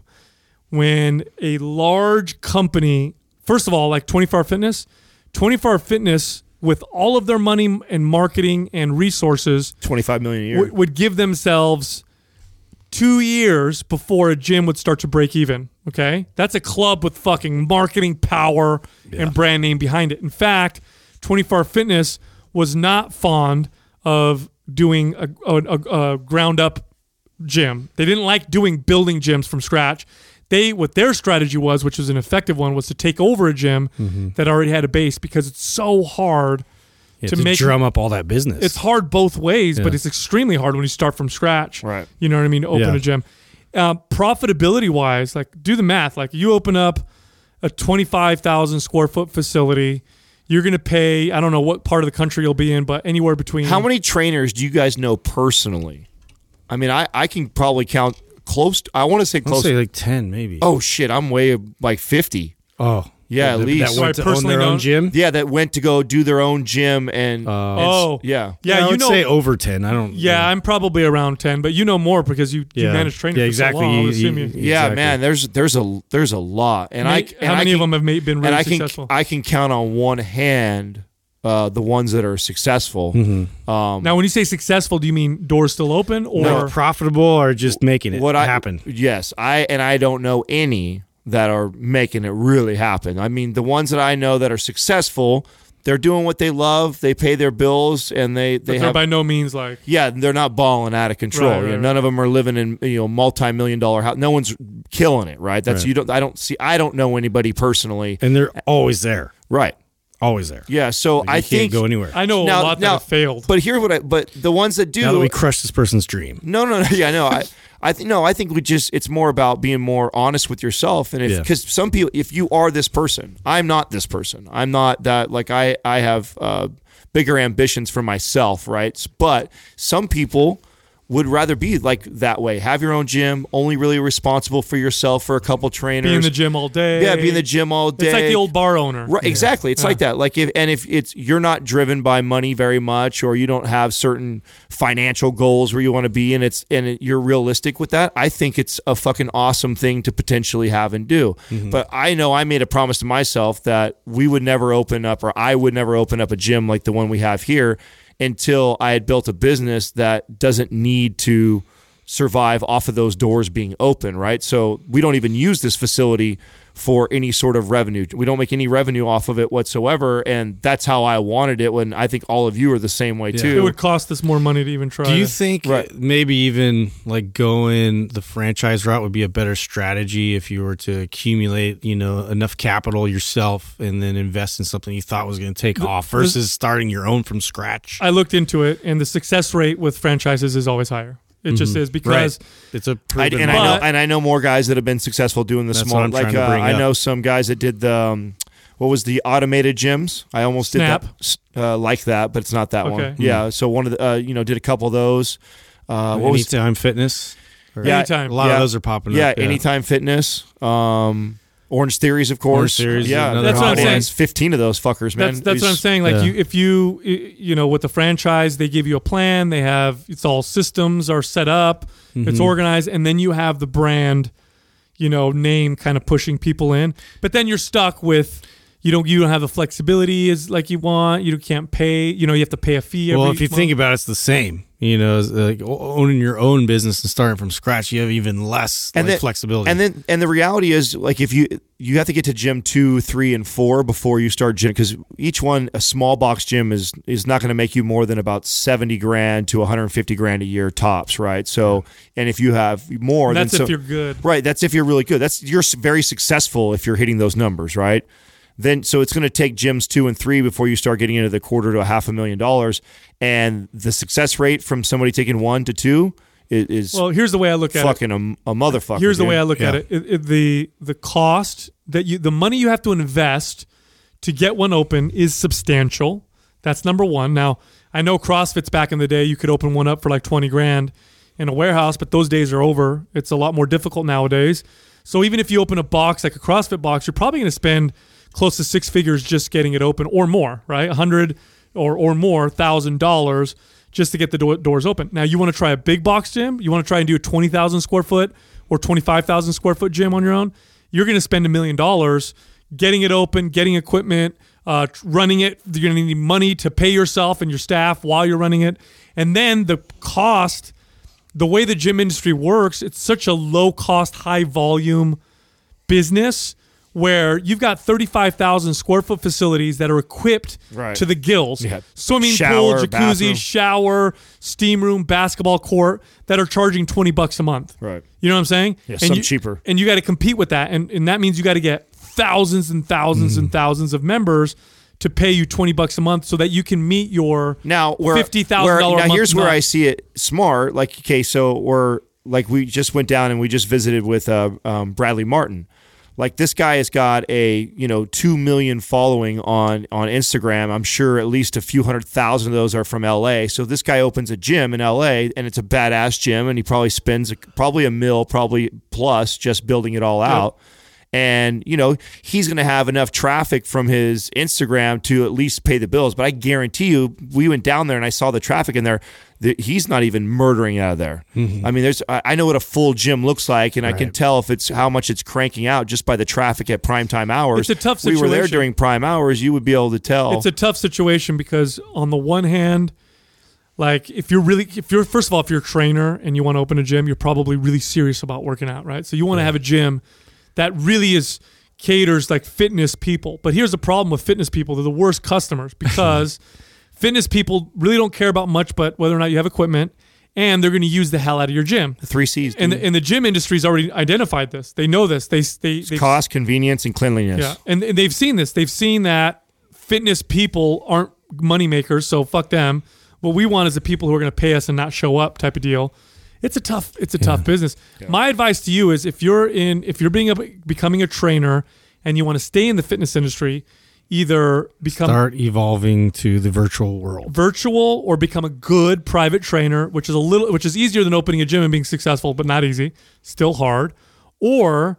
when a large company, first of all, like 24 Hour Fitness, 24 Hour Fitness, with all of their money and marketing and resources, 25 million a year. would, would give themselves two years before a gym would start to break even. Okay, that's a club with fucking marketing power and brand name behind it. In fact, Twenty Four Fitness was not fond of doing a, a- a- a ground up gym. They didn't like doing building gyms from scratch. They what their strategy was, which was an effective one, was to take over a gym that already had a base because it's so hard Yeah, to to, make- drum up all that business. it's hard both ways, but Yeah. it's extremely hard when you start from scratch. Right. You know what I mean? To open Yeah. a gym. Uh, profitability wise, like do the math. Like you open up a 25,000 square foot facility, you're going to pay, I don't know what part of the country you'll be in, but anywhere between. How many trainers do you guys know personally? I mean, I, I can probably count close. I want to say I'll close. say like ten, maybe. oh shit, I'm way like 50. oh, Yeah, at that- least. that So I went to own personally their don't- own gym. Yeah, that went to go do their own gym and Oh, yeah. Yeah, I you would know. say over ten. I don't. yeah, I'm probably around 10, but you know more because you, you manage training Yeah, for exactly. so long. I would You- assume you- you- yeah, exactly. man. There's there's a there's a lot, and I Mate, and how I many of can- them have made, been really and I can successful? I can count on one hand uh, the ones that are successful. Um, now, when you say successful, do you mean doors still open or Like profitable or just making it what I happen. Yes, I and I don't know any that are making it really happen. I mean, the ones that I know that are successful, they're doing what they love. They pay their bills, and they they they're have. by no means like yeah, they're not balling out of control. Right, You know, right, None of them are living in you know multi-million dollar house. No one's killing it, right? That's you don't. I don't see. I don't know anybody personally. and they're always there, Right. always there. Yeah. So I I can't think go anywhere. I know a lot that have failed. But here's what I. But the ones that do, now that we crushed this person's dream. No, no, <laughs> no. Yeah, no. I, I think no. I think we just it's more about being more honest with yourself, and Yeah. because some people, if you are this person, I'm not this person. I'm not that. Like I, I have uh, bigger ambitions for myself, right? S- But some people would rather be like that way. Have your own gym, only really responsible for yourself for a couple trainers. be in the gym all day. Yeah, be in the gym all day. It's like the old bar owner. Right, exactly. It's like that. Like if and if it's you're not driven by money very much, or you don't have certain financial goals where you want to be, and it's and it, you're realistic with that. I think it's a fucking awesome thing to potentially have and do. But I know I made a promise to myself that we would never open up, or I would never open up a gym like the one we have here until I had built a business that doesn't need to survive off of those doors being open, right? So we don't even use this facility for any sort of revenue. We don't make any revenue off of it whatsoever. And that's how I wanted it when I think all of you are the same way too. It would cost us more money to even try. Do you to- think Right. maybe even like going the franchise route would be a better strategy if you were to accumulate, you know, enough capital yourself and then invest in something you thought was going to take off versus starting your own from scratch? I looked into it, and the success rate with franchises is always higher. It just Mm-hmm. is because It's a I, proven and I model. know But- and I know more guys that have been successful doing the That's small what I'm like trying to uh, bring I up. know some guys that did the um, what was the automated gyms? I almost Snap. did that s- uh, like that, but it's not that Okay. one. Yeah, so one of the uh, you know did a couple of those. Uh, what was Anytime Fitness. Or- Yeah, anytime. A lot yeah. of those are popping yeah, up. Anytime Fitness, um, Orange Theories, of course. Orange Theories is yeah, another That's what hot I'm one. saying. Fifteen of those fuckers, man. that's that's what I'm These- saying. Like yeah. you, if you i- you know with the franchise, they give you a plan. They have it's all systems are set up, Mm-hmm. it's organized, and then you have the brand, you know, name kind of pushing people in. But then you're stuck with. You don't. You don't have the flexibility as like you want. You can't pay. You know you have to pay a fee. Every Well, if you month. think about it, it's the same. You know, it's like o- owning your own business and starting from scratch, you have even less like, then- flexibility. And then and the reality is like if you you have to get to gym two, three, and four before you start gym because each one a small box gym is is not going to make you more than about seventy grand to one hundred and fifty grand a year tops, right? So and if you have more, that's then if so- you're good. Right. That's if you're really good. That's you're s- very successful if you're hitting those numbers, right? Then so it's going to take gyms two and three before you start getting into the quarter to a half a million dollars, and the success rate from somebody taking one to two it is Well, here's the way I look at it. fucking a, a motherfucker. Here's the dude. way I look at Yeah. it. It- it- The the cost that you the money you have to invest to get one open is substantial. That's number one. Now I know CrossFit's back in the day you could open one up for like twenty grand in a warehouse, but those days are over. It's a lot more difficult nowadays. So even if you open a box like a CrossFit box, you're probably going to spend close to six figures just getting it open or more, right? A hundred or or more thousand dollars just to get the do- doors open. Now you want to try a big box gym, you want to try and do a twenty thousand square foot or twenty five thousand square foot gym on your own. You're going to spend a million dollars getting it open, getting equipment, uh, tr- running it. You're going to need money to pay yourself and your staff while you're running it, and then the cost. The way the gym industry works, it's such a low cost, high volume business where you've got 35,000 square foot facilities that are equipped Right. to the gills Yeah. swimming Shower, pool, jacuzzi, bathroom. shower, steam room, basketball court that are charging 20 bucks a month. Right. You know what I'm saying? Yeah, And some you- cheaper. And you got to compete with that. And, and that means you got to get thousands and thousands Mm. and thousands of members to pay you 20 bucks a month so that you can meet your Now where $50,000 where- a Now month here's where nut. I see it smart. Like okay, so we're like we just went down and we just visited with uh, um, Bradley Martin. Like this guy has got a you know two million following on on Instagram. I'm sure at least a few hundred thousand of those are from LA. So if this guy opens a gym in LA and it's a badass gym, and he probably spends probably a mil, probably plus, just building it all out and you know he's going to have enough traffic from his Instagram to at least pay the bills. But I guarantee you, we went down there and I saw the traffic in there. That he's not even murdering out of there. Mm-hmm. I mean, there's I I know what a full gym looks like, and I can tell if it's how much it's cranking out just by the traffic at prime time hours. It's a tough We were there situation. during prime hours. You would be able to tell. it's a tough situation because on the one hand like if you're really if you're first of all if you're a trainer and you want to open a gym you're probably really serious about working out right so you want to have a gym that really is caters like fitness people but here's the problem with fitness people they're the worst customers because fitness people really don't care about much but whether or not you have equipment and they're going to use the hell out of your gym Three C's: and the, and the gym industry's already identified this they know this they they, they cost, convenience, and cleanliness. yeah, and, and they've seen this. They've seen that fitness people aren't money makers, so fuck them. What we want is the people who are going to pay us and not show up type of deal. It's a tough. It's a tough business. My advice to you is if you're in, if you're being a, becoming a trainer and you want to stay in the fitness industry, either become Start evolving to the virtual world. virtual or become a good private trainer, which is a little which is easier than opening a gym and being successful, but not easy, still hard, or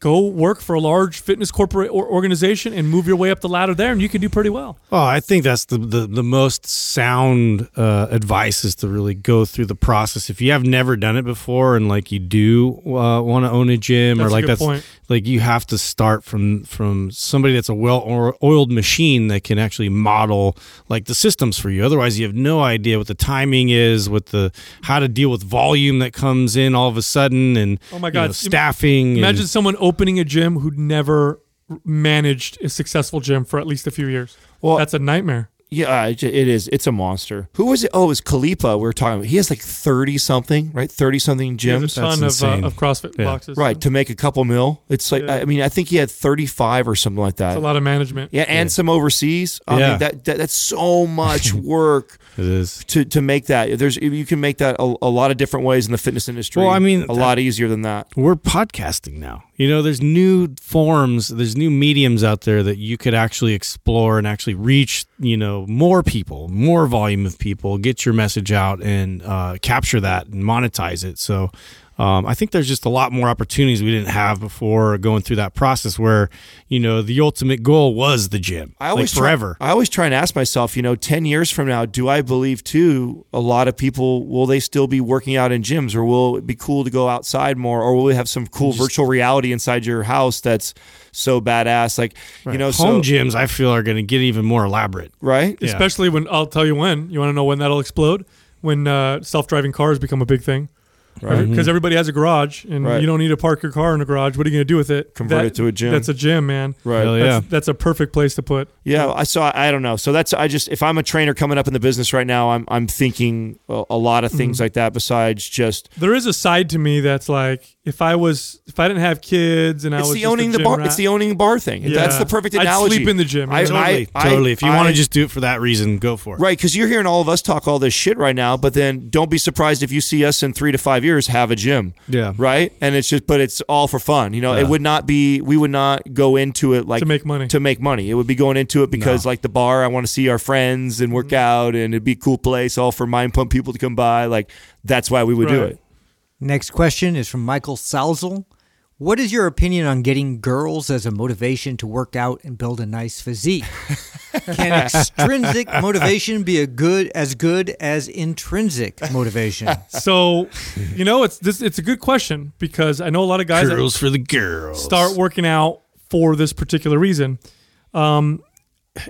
go work for a large fitness corporate or organization and move your way up the ladder there and you can do pretty well. Oh, I think that's the the, the most sound uh, advice is to really go through the process. If you have never done it before and like you do uh, want to own a gym That's or a like good that's point. like you have to start from from somebody that's a well oiled machine that can actually model like the systems for you. Otherwise, you have no idea what the timing is, what the how to deal with volume that comes in all of a sudden, and Oh my you God. know, staffing. and- Imagine someone opening a gym who'd never managed a successful gym for at least a few years. Well, Well- that's a nightmare. Yeah, it it is. It's a monster. Who was it? Oh, it was Kalipa. We were talking. about. He has like thirty something, right? Thirty something gyms. There's a ton of, insane. uh, of CrossFit Yeah. boxes. Right, to make a couple mil. It's like I mean, I think he had 35 or something like that. A lot of management. Yeah, and some overseas. I Yeah. mean, that, that that's so <laughs> much work it is. to to make that. There's you can make that a, a lot of different ways in the fitness industry. Well, I mean, a lot easier than that. we're podcasting now. You know, there's new forms, there's new mediums out there that you could actually explore and actually reach, you know, more people, more volume of people, get your message out and uh, capture that and monetize it. So um, I think there's just a lot more opportunities we didn't have before going through that process where, you know, the ultimate goal was the gym. I always like forever. Try, I always try and ask myself, you know, ten years from now, do I believe too? A lot of people will they still be working out in gyms, or will it be cool to go outside more, or will we have some cool virtual reality inside your house that's so badass? Like you know, Oh, so, Home gyms, I feel, are going to get even more elaborate. right? Yeah. especially when I'll tell you when. You want to know when that'll explode? When uh, self-driving cars become a big thing, right? Because everybody has a garage, and Right. you don't need to park your car in a garage. What are you going to do with it? Convert it to a gym. That's a gym, man. Right. Hell That's, yeah. that's a perfect place to put Yeah, I so I, I don't know. So that's I just if I'm a trainer coming up in the business right now, I'm I'm thinking a, a lot of things like that besides just There is a side to me that's like if I was if I didn't have kids and I it's was the just a owning the gym bar. rat- It's the owning bar thing. That's Yeah. the perfect I'd analogy. sleep in the gym, yeah. Totally, I- totally. if you want I- to just do it for that reason, go for it. Right, because you're hearing all of us talk all this shit right now, but then don't be surprised if you see us in three to five years have a gym. Yeah. Right? And it's just, but it's all for fun. You know, it would not be, we would not go into it like To make money. To make money. It would be going into it because, like, the bar, I want to see our friends and Mm-hmm. work out and it'd be a cool place, all for mind pump people to come by. Like, that's why we would do Right. it. Next question is from Michael Salzel. What is your opinion on getting girls as a motivation to work out and build a nice physique? Can extrinsic motivation be a good as good as intrinsic motivation? So, you know, it's this it's a good question because I know a lot of guys that Girls for the girls. start working out for this particular reason. Um,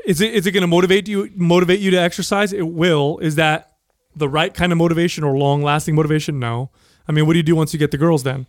is it is it going to motivate you motivate you to exercise? It will. Is that the right kind of motivation or long lasting motivation? No. I mean, what do you do once you get the girls? Then,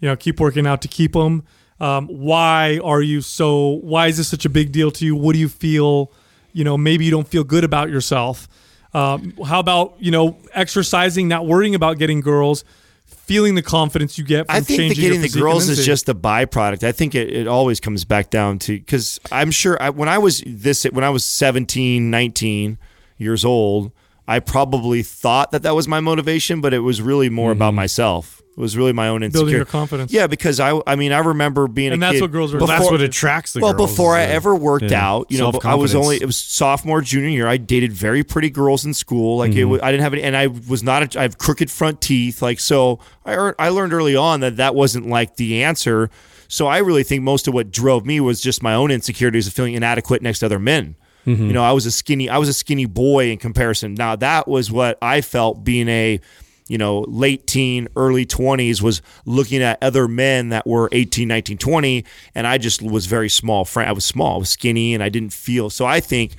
you know, keep working out to keep them. Um, why are you so? Why is this such a big deal to you? What do you feel? You know, maybe you don't feel good about yourself. Um, how about you know exercising, not worrying about getting girls, feeling the confidence you get from I think the changing your getting the physique and girls is instinct? just the byproduct. I think it, it always comes back down to because I'm sure I, when I was this when I was 17, 19 years old, I probably thought that that was my motivation, but it was really more about myself. It was really my own insecurity, Mm-hmm. your confidence. Yeah, because I I mean I remember being And a that's kid what girls are- Well, that's Before- what attracts the well, girls. before is I the- ever worked yeah, out, you know, but I was only self-confidence. it was sophomore, junior year. I dated very pretty girls in school. Like it Mm-hmm. was, I didn't have any, and I was not. A, I have crooked front teeth. Like so, I ear- I learned early on that that wasn't like the answer. So I really think most of what drove me was just my own insecurities of feeling inadequate next to other men. Mm-hmm. You know, I was a skinny, I was a skinny boy in comparison. Now that was what I felt being a you know, late teen, early 20s was looking at other men that were 18, 19, 20. And I just was very small. Fra- I was small, I was skinny, and I didn't feel. So I think,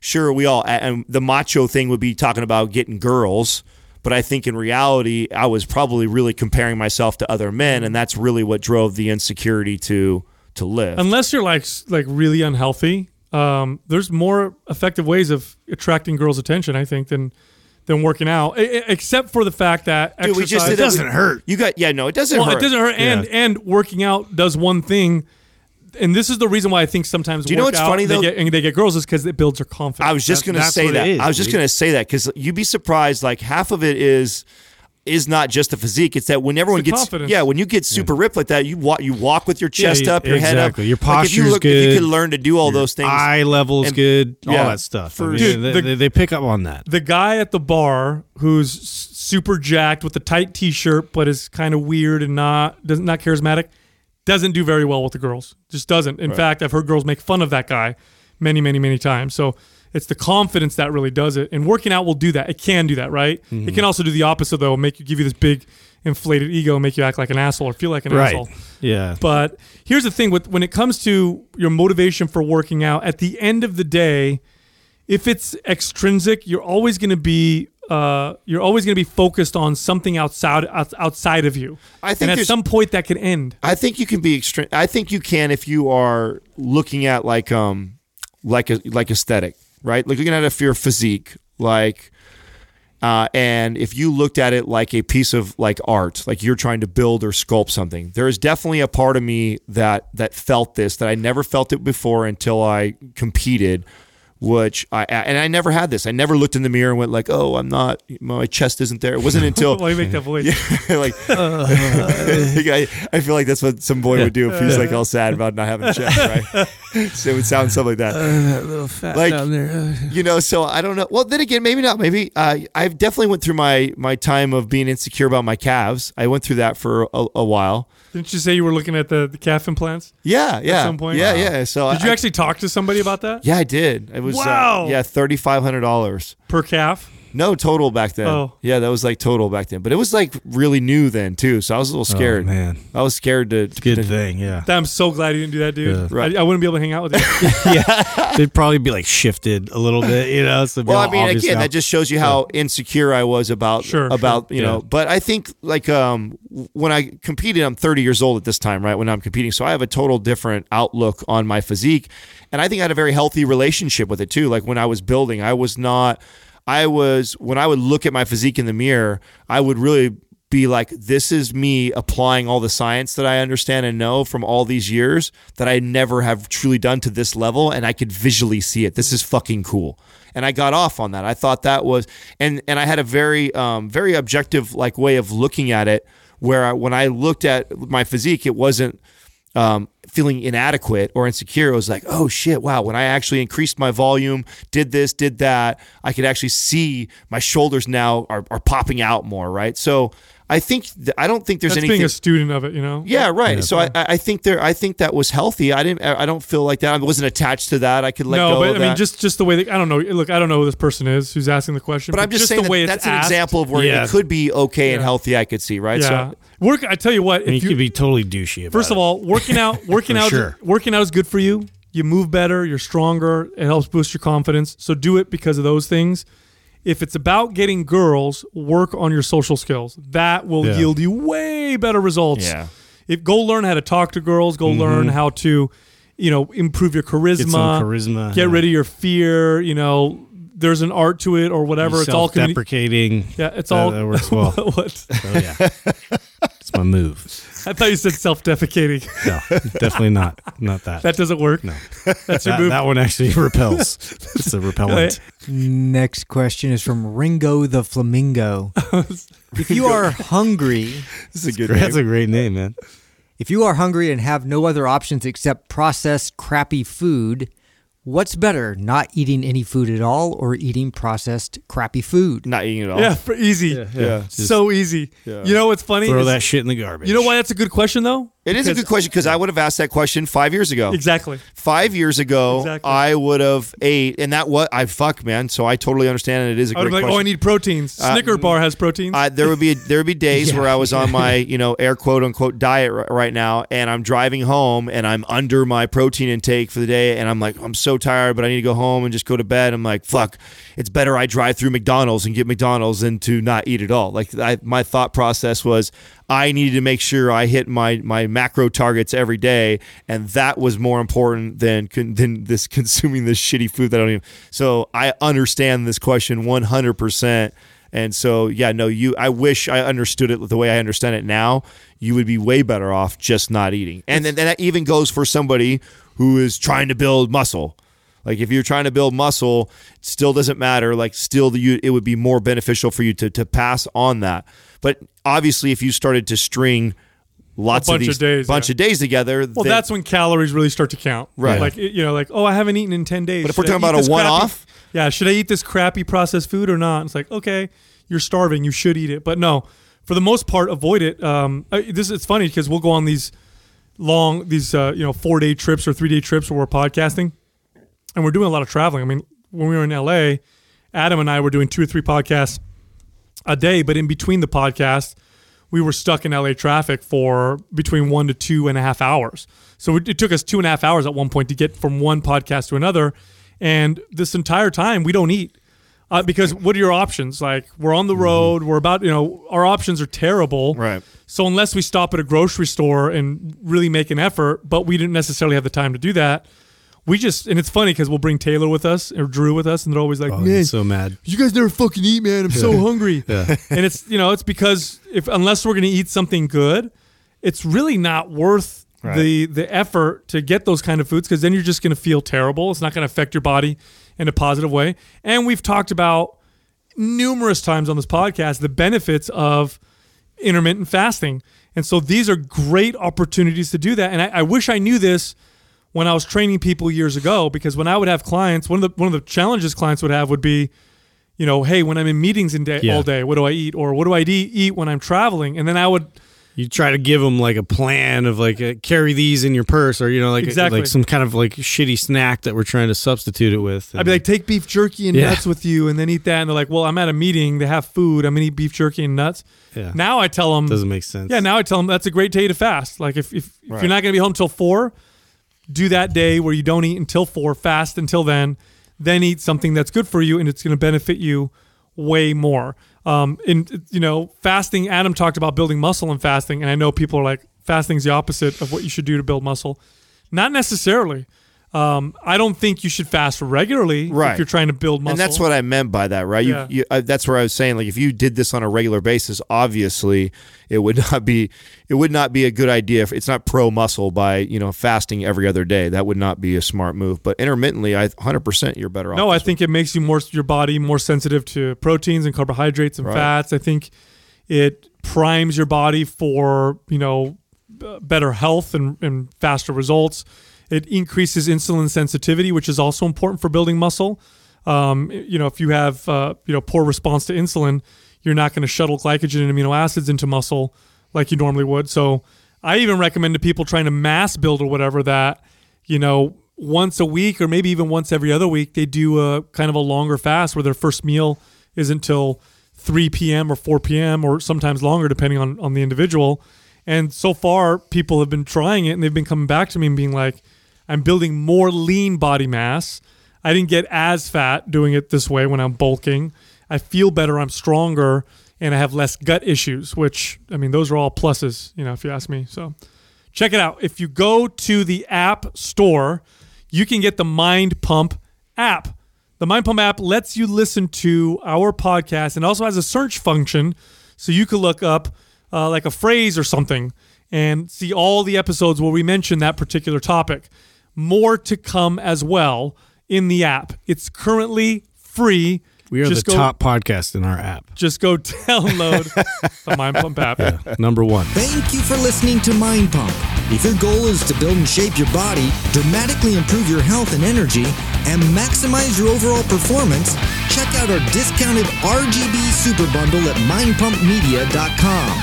sure, we all, and the macho thing would be talking about getting girls. But I think in reality, I was probably really comparing myself to other men. And that's really what drove the insecurity to to live. unless you're like s- like really unhealthy um, there's more effective ways of attracting girls attention i think than than working out E- e- except for the fact that Dude, we just exercise- did It doesn't hurt. you got, yeah, no, it doesn't well, hurt. it doesn't hurt and Yeah. and working out does one thing and this is the reason why i think sometimes you know work what's out funny, they though? get, and they get girls is because it builds their confidence I was just going to that's say what it that. is, I was just dude. going to say that because you'd be surprised. Like half of it is is not just the physique. It's that when everyone the gets confidence. yeah, when you get super ripped like that, you walk you walk with your chest you- up, your head up, exactly. Your Like, if you posture's look, If you good. could learn to do all those things, Eye levels And- good, yeah. all that stuff. I For- mean, Dude, they, the- they- they pick up on that. the guy at the bar who's s- super jacked with the tight t-shirt but is kind of weird and not doesn't not charismatic doesn't do very well with the girls just doesn't in fact i've heard girls make fun of that guy many many many times so it's the confidence that really does it and working out will do that it can do that right it can also do the opposite though make you give you this big inflated ego and make you act like an asshole or feel like an Right. asshole Yeah. but here's the thing with when it comes to your motivation for working out, at the end of the day, if it's extrinsic, you're always going to be uh, you're always going to be focused on something outside outs- outside of you. I think and at there's- some point that could end. I think you can be extreme. I think you can if you are looking at like um like a like aesthetic, right? Like looking at it for your physique, like uh, and if you looked at it like a piece of like art, like you're trying to build or sculpt something, there is definitely a part of me that that felt this that I never felt it before until I competed. Which I and I never had this. I never looked in the mirror and went like, "Oh, I'm not. My chest isn't there." It wasn't until Why you make that voice? <laughs> like I, I feel like that's what some boy would do if he's like all sad about not having a check, right? <laughs> so it would sound something like Uh, that. like you know, so I don't know. Well, then again, maybe not. Maybe uh, I've definitely went through my my time of being insecure about my calves. I went through that for a, a while. Didn't you say you were looking at the, the calf implants? Yeah, yeah, some point? yeah, Wow. yeah. So Did you Uh, I, actually talk to somebody about that Yeah, I did. It was uh, Wow. yeah, thirty five hundred dollars. per calf? No, total back then. Oh. Yeah, that was like total back then. But it was like really new then too. So I was a Oh, little scared. man. I was scared to, to Good thing, <laughs> yeah. <laughs> I'm so glad you didn't do that, dude. Yeah. Right. I, I wouldn't be able to hang <laughs> out with you. They'd probably be like shifted a little bit, you know. So it'd be Well, all I mean, obvious again, now. that just shows you how insecure I was about Sure, about sure, you know. yeah. But I think like um when I competed, I'm 30 years old at this time, right? When I'm competing, so I have a total different outlook on my physique, and I think I had a very healthy relationship with it too. Like when I was building, I was not. I was when I would look at my physique in the mirror, I would really be like, this is me applying all the science that I understand and know from all these years that I never have truly done to this level. And I could visually see it. This is fucking cool. And I got off on that. I thought that was, and, and I had a very, um, very objective like way of looking at it where I, when I looked at my physique, it wasn't, um, feeling inadequate or insecure, it was like, oh shit, wow. When I actually increased my volume, did this, did that, I could actually see my shoulders now are, are popping out more, right? So I think, th- I don't think there's That's anything. being a student of it, you know? yeah, right. so I, I I think there, I think that was healthy. I didn't, I don't feel like that. I wasn't attached to that. I could let no, go but of I that. mean, just just the way that I don't know. Look, I don't know who this person is who's asking the question. but I'm just, saying the way that it's that's an asked, example of where Yeah. it could be okay and Yeah. healthy. I could see, right? Yeah, So work. I tell you what, if And you, you, could be totally douchey. About first of it. all, working <laughs> out, working For out, sure. working out is good for you. You move better. You're stronger. It helps boost your confidence. So do it because of those things. If it's about getting girls, work on your social skills. That will Yeah. yield you way better results. Yeah. If go learn how to talk to girls, go learn how to, you know, improve your charisma. Mm-hmm. Get some charisma, Get yeah. rid of your fear. You know, there's an art to it or whatever. It's all communi- self-deprecating. Yeah, it's That- all- that works <laughs> well. so, what? yeah, it's my move. I thought you said self-defecating. <laughs> No, definitely not. Not that. that doesn't work. No. That's your that, move. that one actually <laughs> repels. It's a <laughs> repellent. Next question is from Ringo the Flamingo. if you are hungry, this is a good That's a great name, man. if you are hungry and have no other options except processed crappy food, what's better, not eating any food at all or eating processed crappy food? Not eating at all. Yeah, for easy. Yeah. Just so easy. Yeah. You know what's funny? throw is- that shit in the garbage. you know why that's a good question though? It is a Because- good question because I would have asked that question five years ago. Exactly. five years ago, Exactly. I would have ate, and that what I fuck, man. So I totally understand, and it is a I would be like, great question. Uh, oh, I need proteins. Snicker bar has proteins. I, there would be there would be days where I was on my you know air quote unquote diet r- right now, and I'm driving home, and I'm under my protein intake for the day, and I'm like I'm so tired, but I need to go home and just go to bed. I'm like fuck, it's better I drive through McDonald's and get McDonald's than to not eat at all. Like I, my thought process was I needed to make sure I hit my my macro targets every day, and that was more important than con- than this <laughs> consuming this shitty food that I don't even. So I understand this question 100. percent and so, yeah, no, you. I wish I understood it the way I understand it now. You would be way better off just not eating. And then and that even goes for somebody who is trying to build muscle. Like if you're trying to build muscle, it still doesn't matter. Like still, the, you it would be more beneficial for you to to pass on that. But obviously, if you started to string lots bunch of of these days, bunch yeah. of days together, well, then- that's when calories really start to count. Right. Like you know, like oh, I haven't eaten in ten days. But if we're Should I talking eat about a this crappy- one-off? yeah, should I eat this crappy processed food or not? It's like okay, you're starving. You should eat it, but no. For the most part, avoid it. Um, I- this it's funny because we'll go on these long, these uh, you know, four day trips or three day trips where we're podcasting, and we're doing a lot of traveling. I mean, when we were in LA, Adam and I were doing two or three podcasts a day, but in between the podcast, we were stuck in LA traffic for between one to two and a half hours. So it, it took us two and a half hours at one point to get from one podcast to another. And this entire time, we don't eat uh, because what are your options? Like we're on the Mm-hmm. road, we're about you know our options are terrible. Right. So unless we stop at a grocery store and really make an effort, but we didn't necessarily have the time to do that. We just and it's funny because we'll bring Taylor with us or Drew with us, and they're always like, Oh, "Man, he's so mad. you guys never fucking eat, man. I'm <laughs> so hungry. <laughs> And it's you know, it's because if unless we're gonna eat something good, it's really not worth the the effort to get those kind of foods because then you're just gonna feel terrible. It's not gonna affect your body in a positive way. And we've talked about numerous times on this podcast the benefits of intermittent fasting. And so these are great opportunities to do that. And I, I wish I knew this when I was training people years ago, because when I would have clients, one of the one of the challenges clients would have would be, you know, hey, when I'm in meetings in day, Yeah. all day, what do I eat, or what do I de- eat when I'm traveling? And then I would you try to give them like a plan of like uh, carry these in your purse or you know like Exactly. like some kind of like shitty snack that we're trying to substitute it with. I'd be like, take beef jerky and Yeah. nuts with you, and then eat that. And they're like, well, I'm at a meeting. They have food. I'm gonna eat beef jerky and nuts. Yeah. Now I tell them doesn't make sense. Yeah, now I tell them that's a great day to fast. Like if if, if you're not going to be home till four, do that day where you don't eat until four. Fast until then, then eat something that's good for you and it's going to benefit you way more. Um, and you know, fasting. Adam talked about building muscle and fasting, and I know people are like, fasting's the opposite of what you should do to build muscle. Not necessarily. Um, I don't think you should fast regularly Right. if you're trying to build muscle. And that's what I meant by that, right? You, Yeah. you, I, that's where I was saying, like, if you did this on a regular basis, obviously it would <laughs> not be, it would not be a good idea. If it's not pro muscle by you know fasting every other day, that would not be a smart move. But intermittently, I 100 percent you're better off. No, I think it makes you more your body more sensitive to proteins and carbohydrates and fats. I think it primes your body for you know b- better health and, and faster results. It increases insulin sensitivity, which is also important for building muscle. Um, you know, if you have uh, you know poor response to insulin, you're not going to shuttle glycogen and amino acids into muscle like you normally would. So, I even recommend to people trying to mass build or whatever that you know, once a week or maybe even once every other week, they do a kind of a longer fast where their first meal is until 3 p.m. or 4 p.m. or sometimes longer, depending on, on the individual. And so far, people have been trying it and they've been coming back to me and being like, I'm building more lean body mass. I didn't get as fat doing it this way when I'm bulking. I feel better, I'm stronger, and I have less gut issues, which, I mean, those are all pluses, you know, if you ask me. So, check it out. If you go to the app store, you can get the Mind Pump app. The Mind Pump app lets you listen to our podcast and also has a search function so you can look up uh, like a phrase or something and see all the episodes where we mention that particular topic. More to come as well in the app. It's currently free. we are the just go, top podcast in our app, Just go <laughs> download the Mind Pump app. number one. Thank you for listening to Mind Pump. If your goal is to build and shape your body, dramatically improve your health and energy, and maximize your overall performance, check out our discounted RGB Super Bundle at mindpumpmedia.com.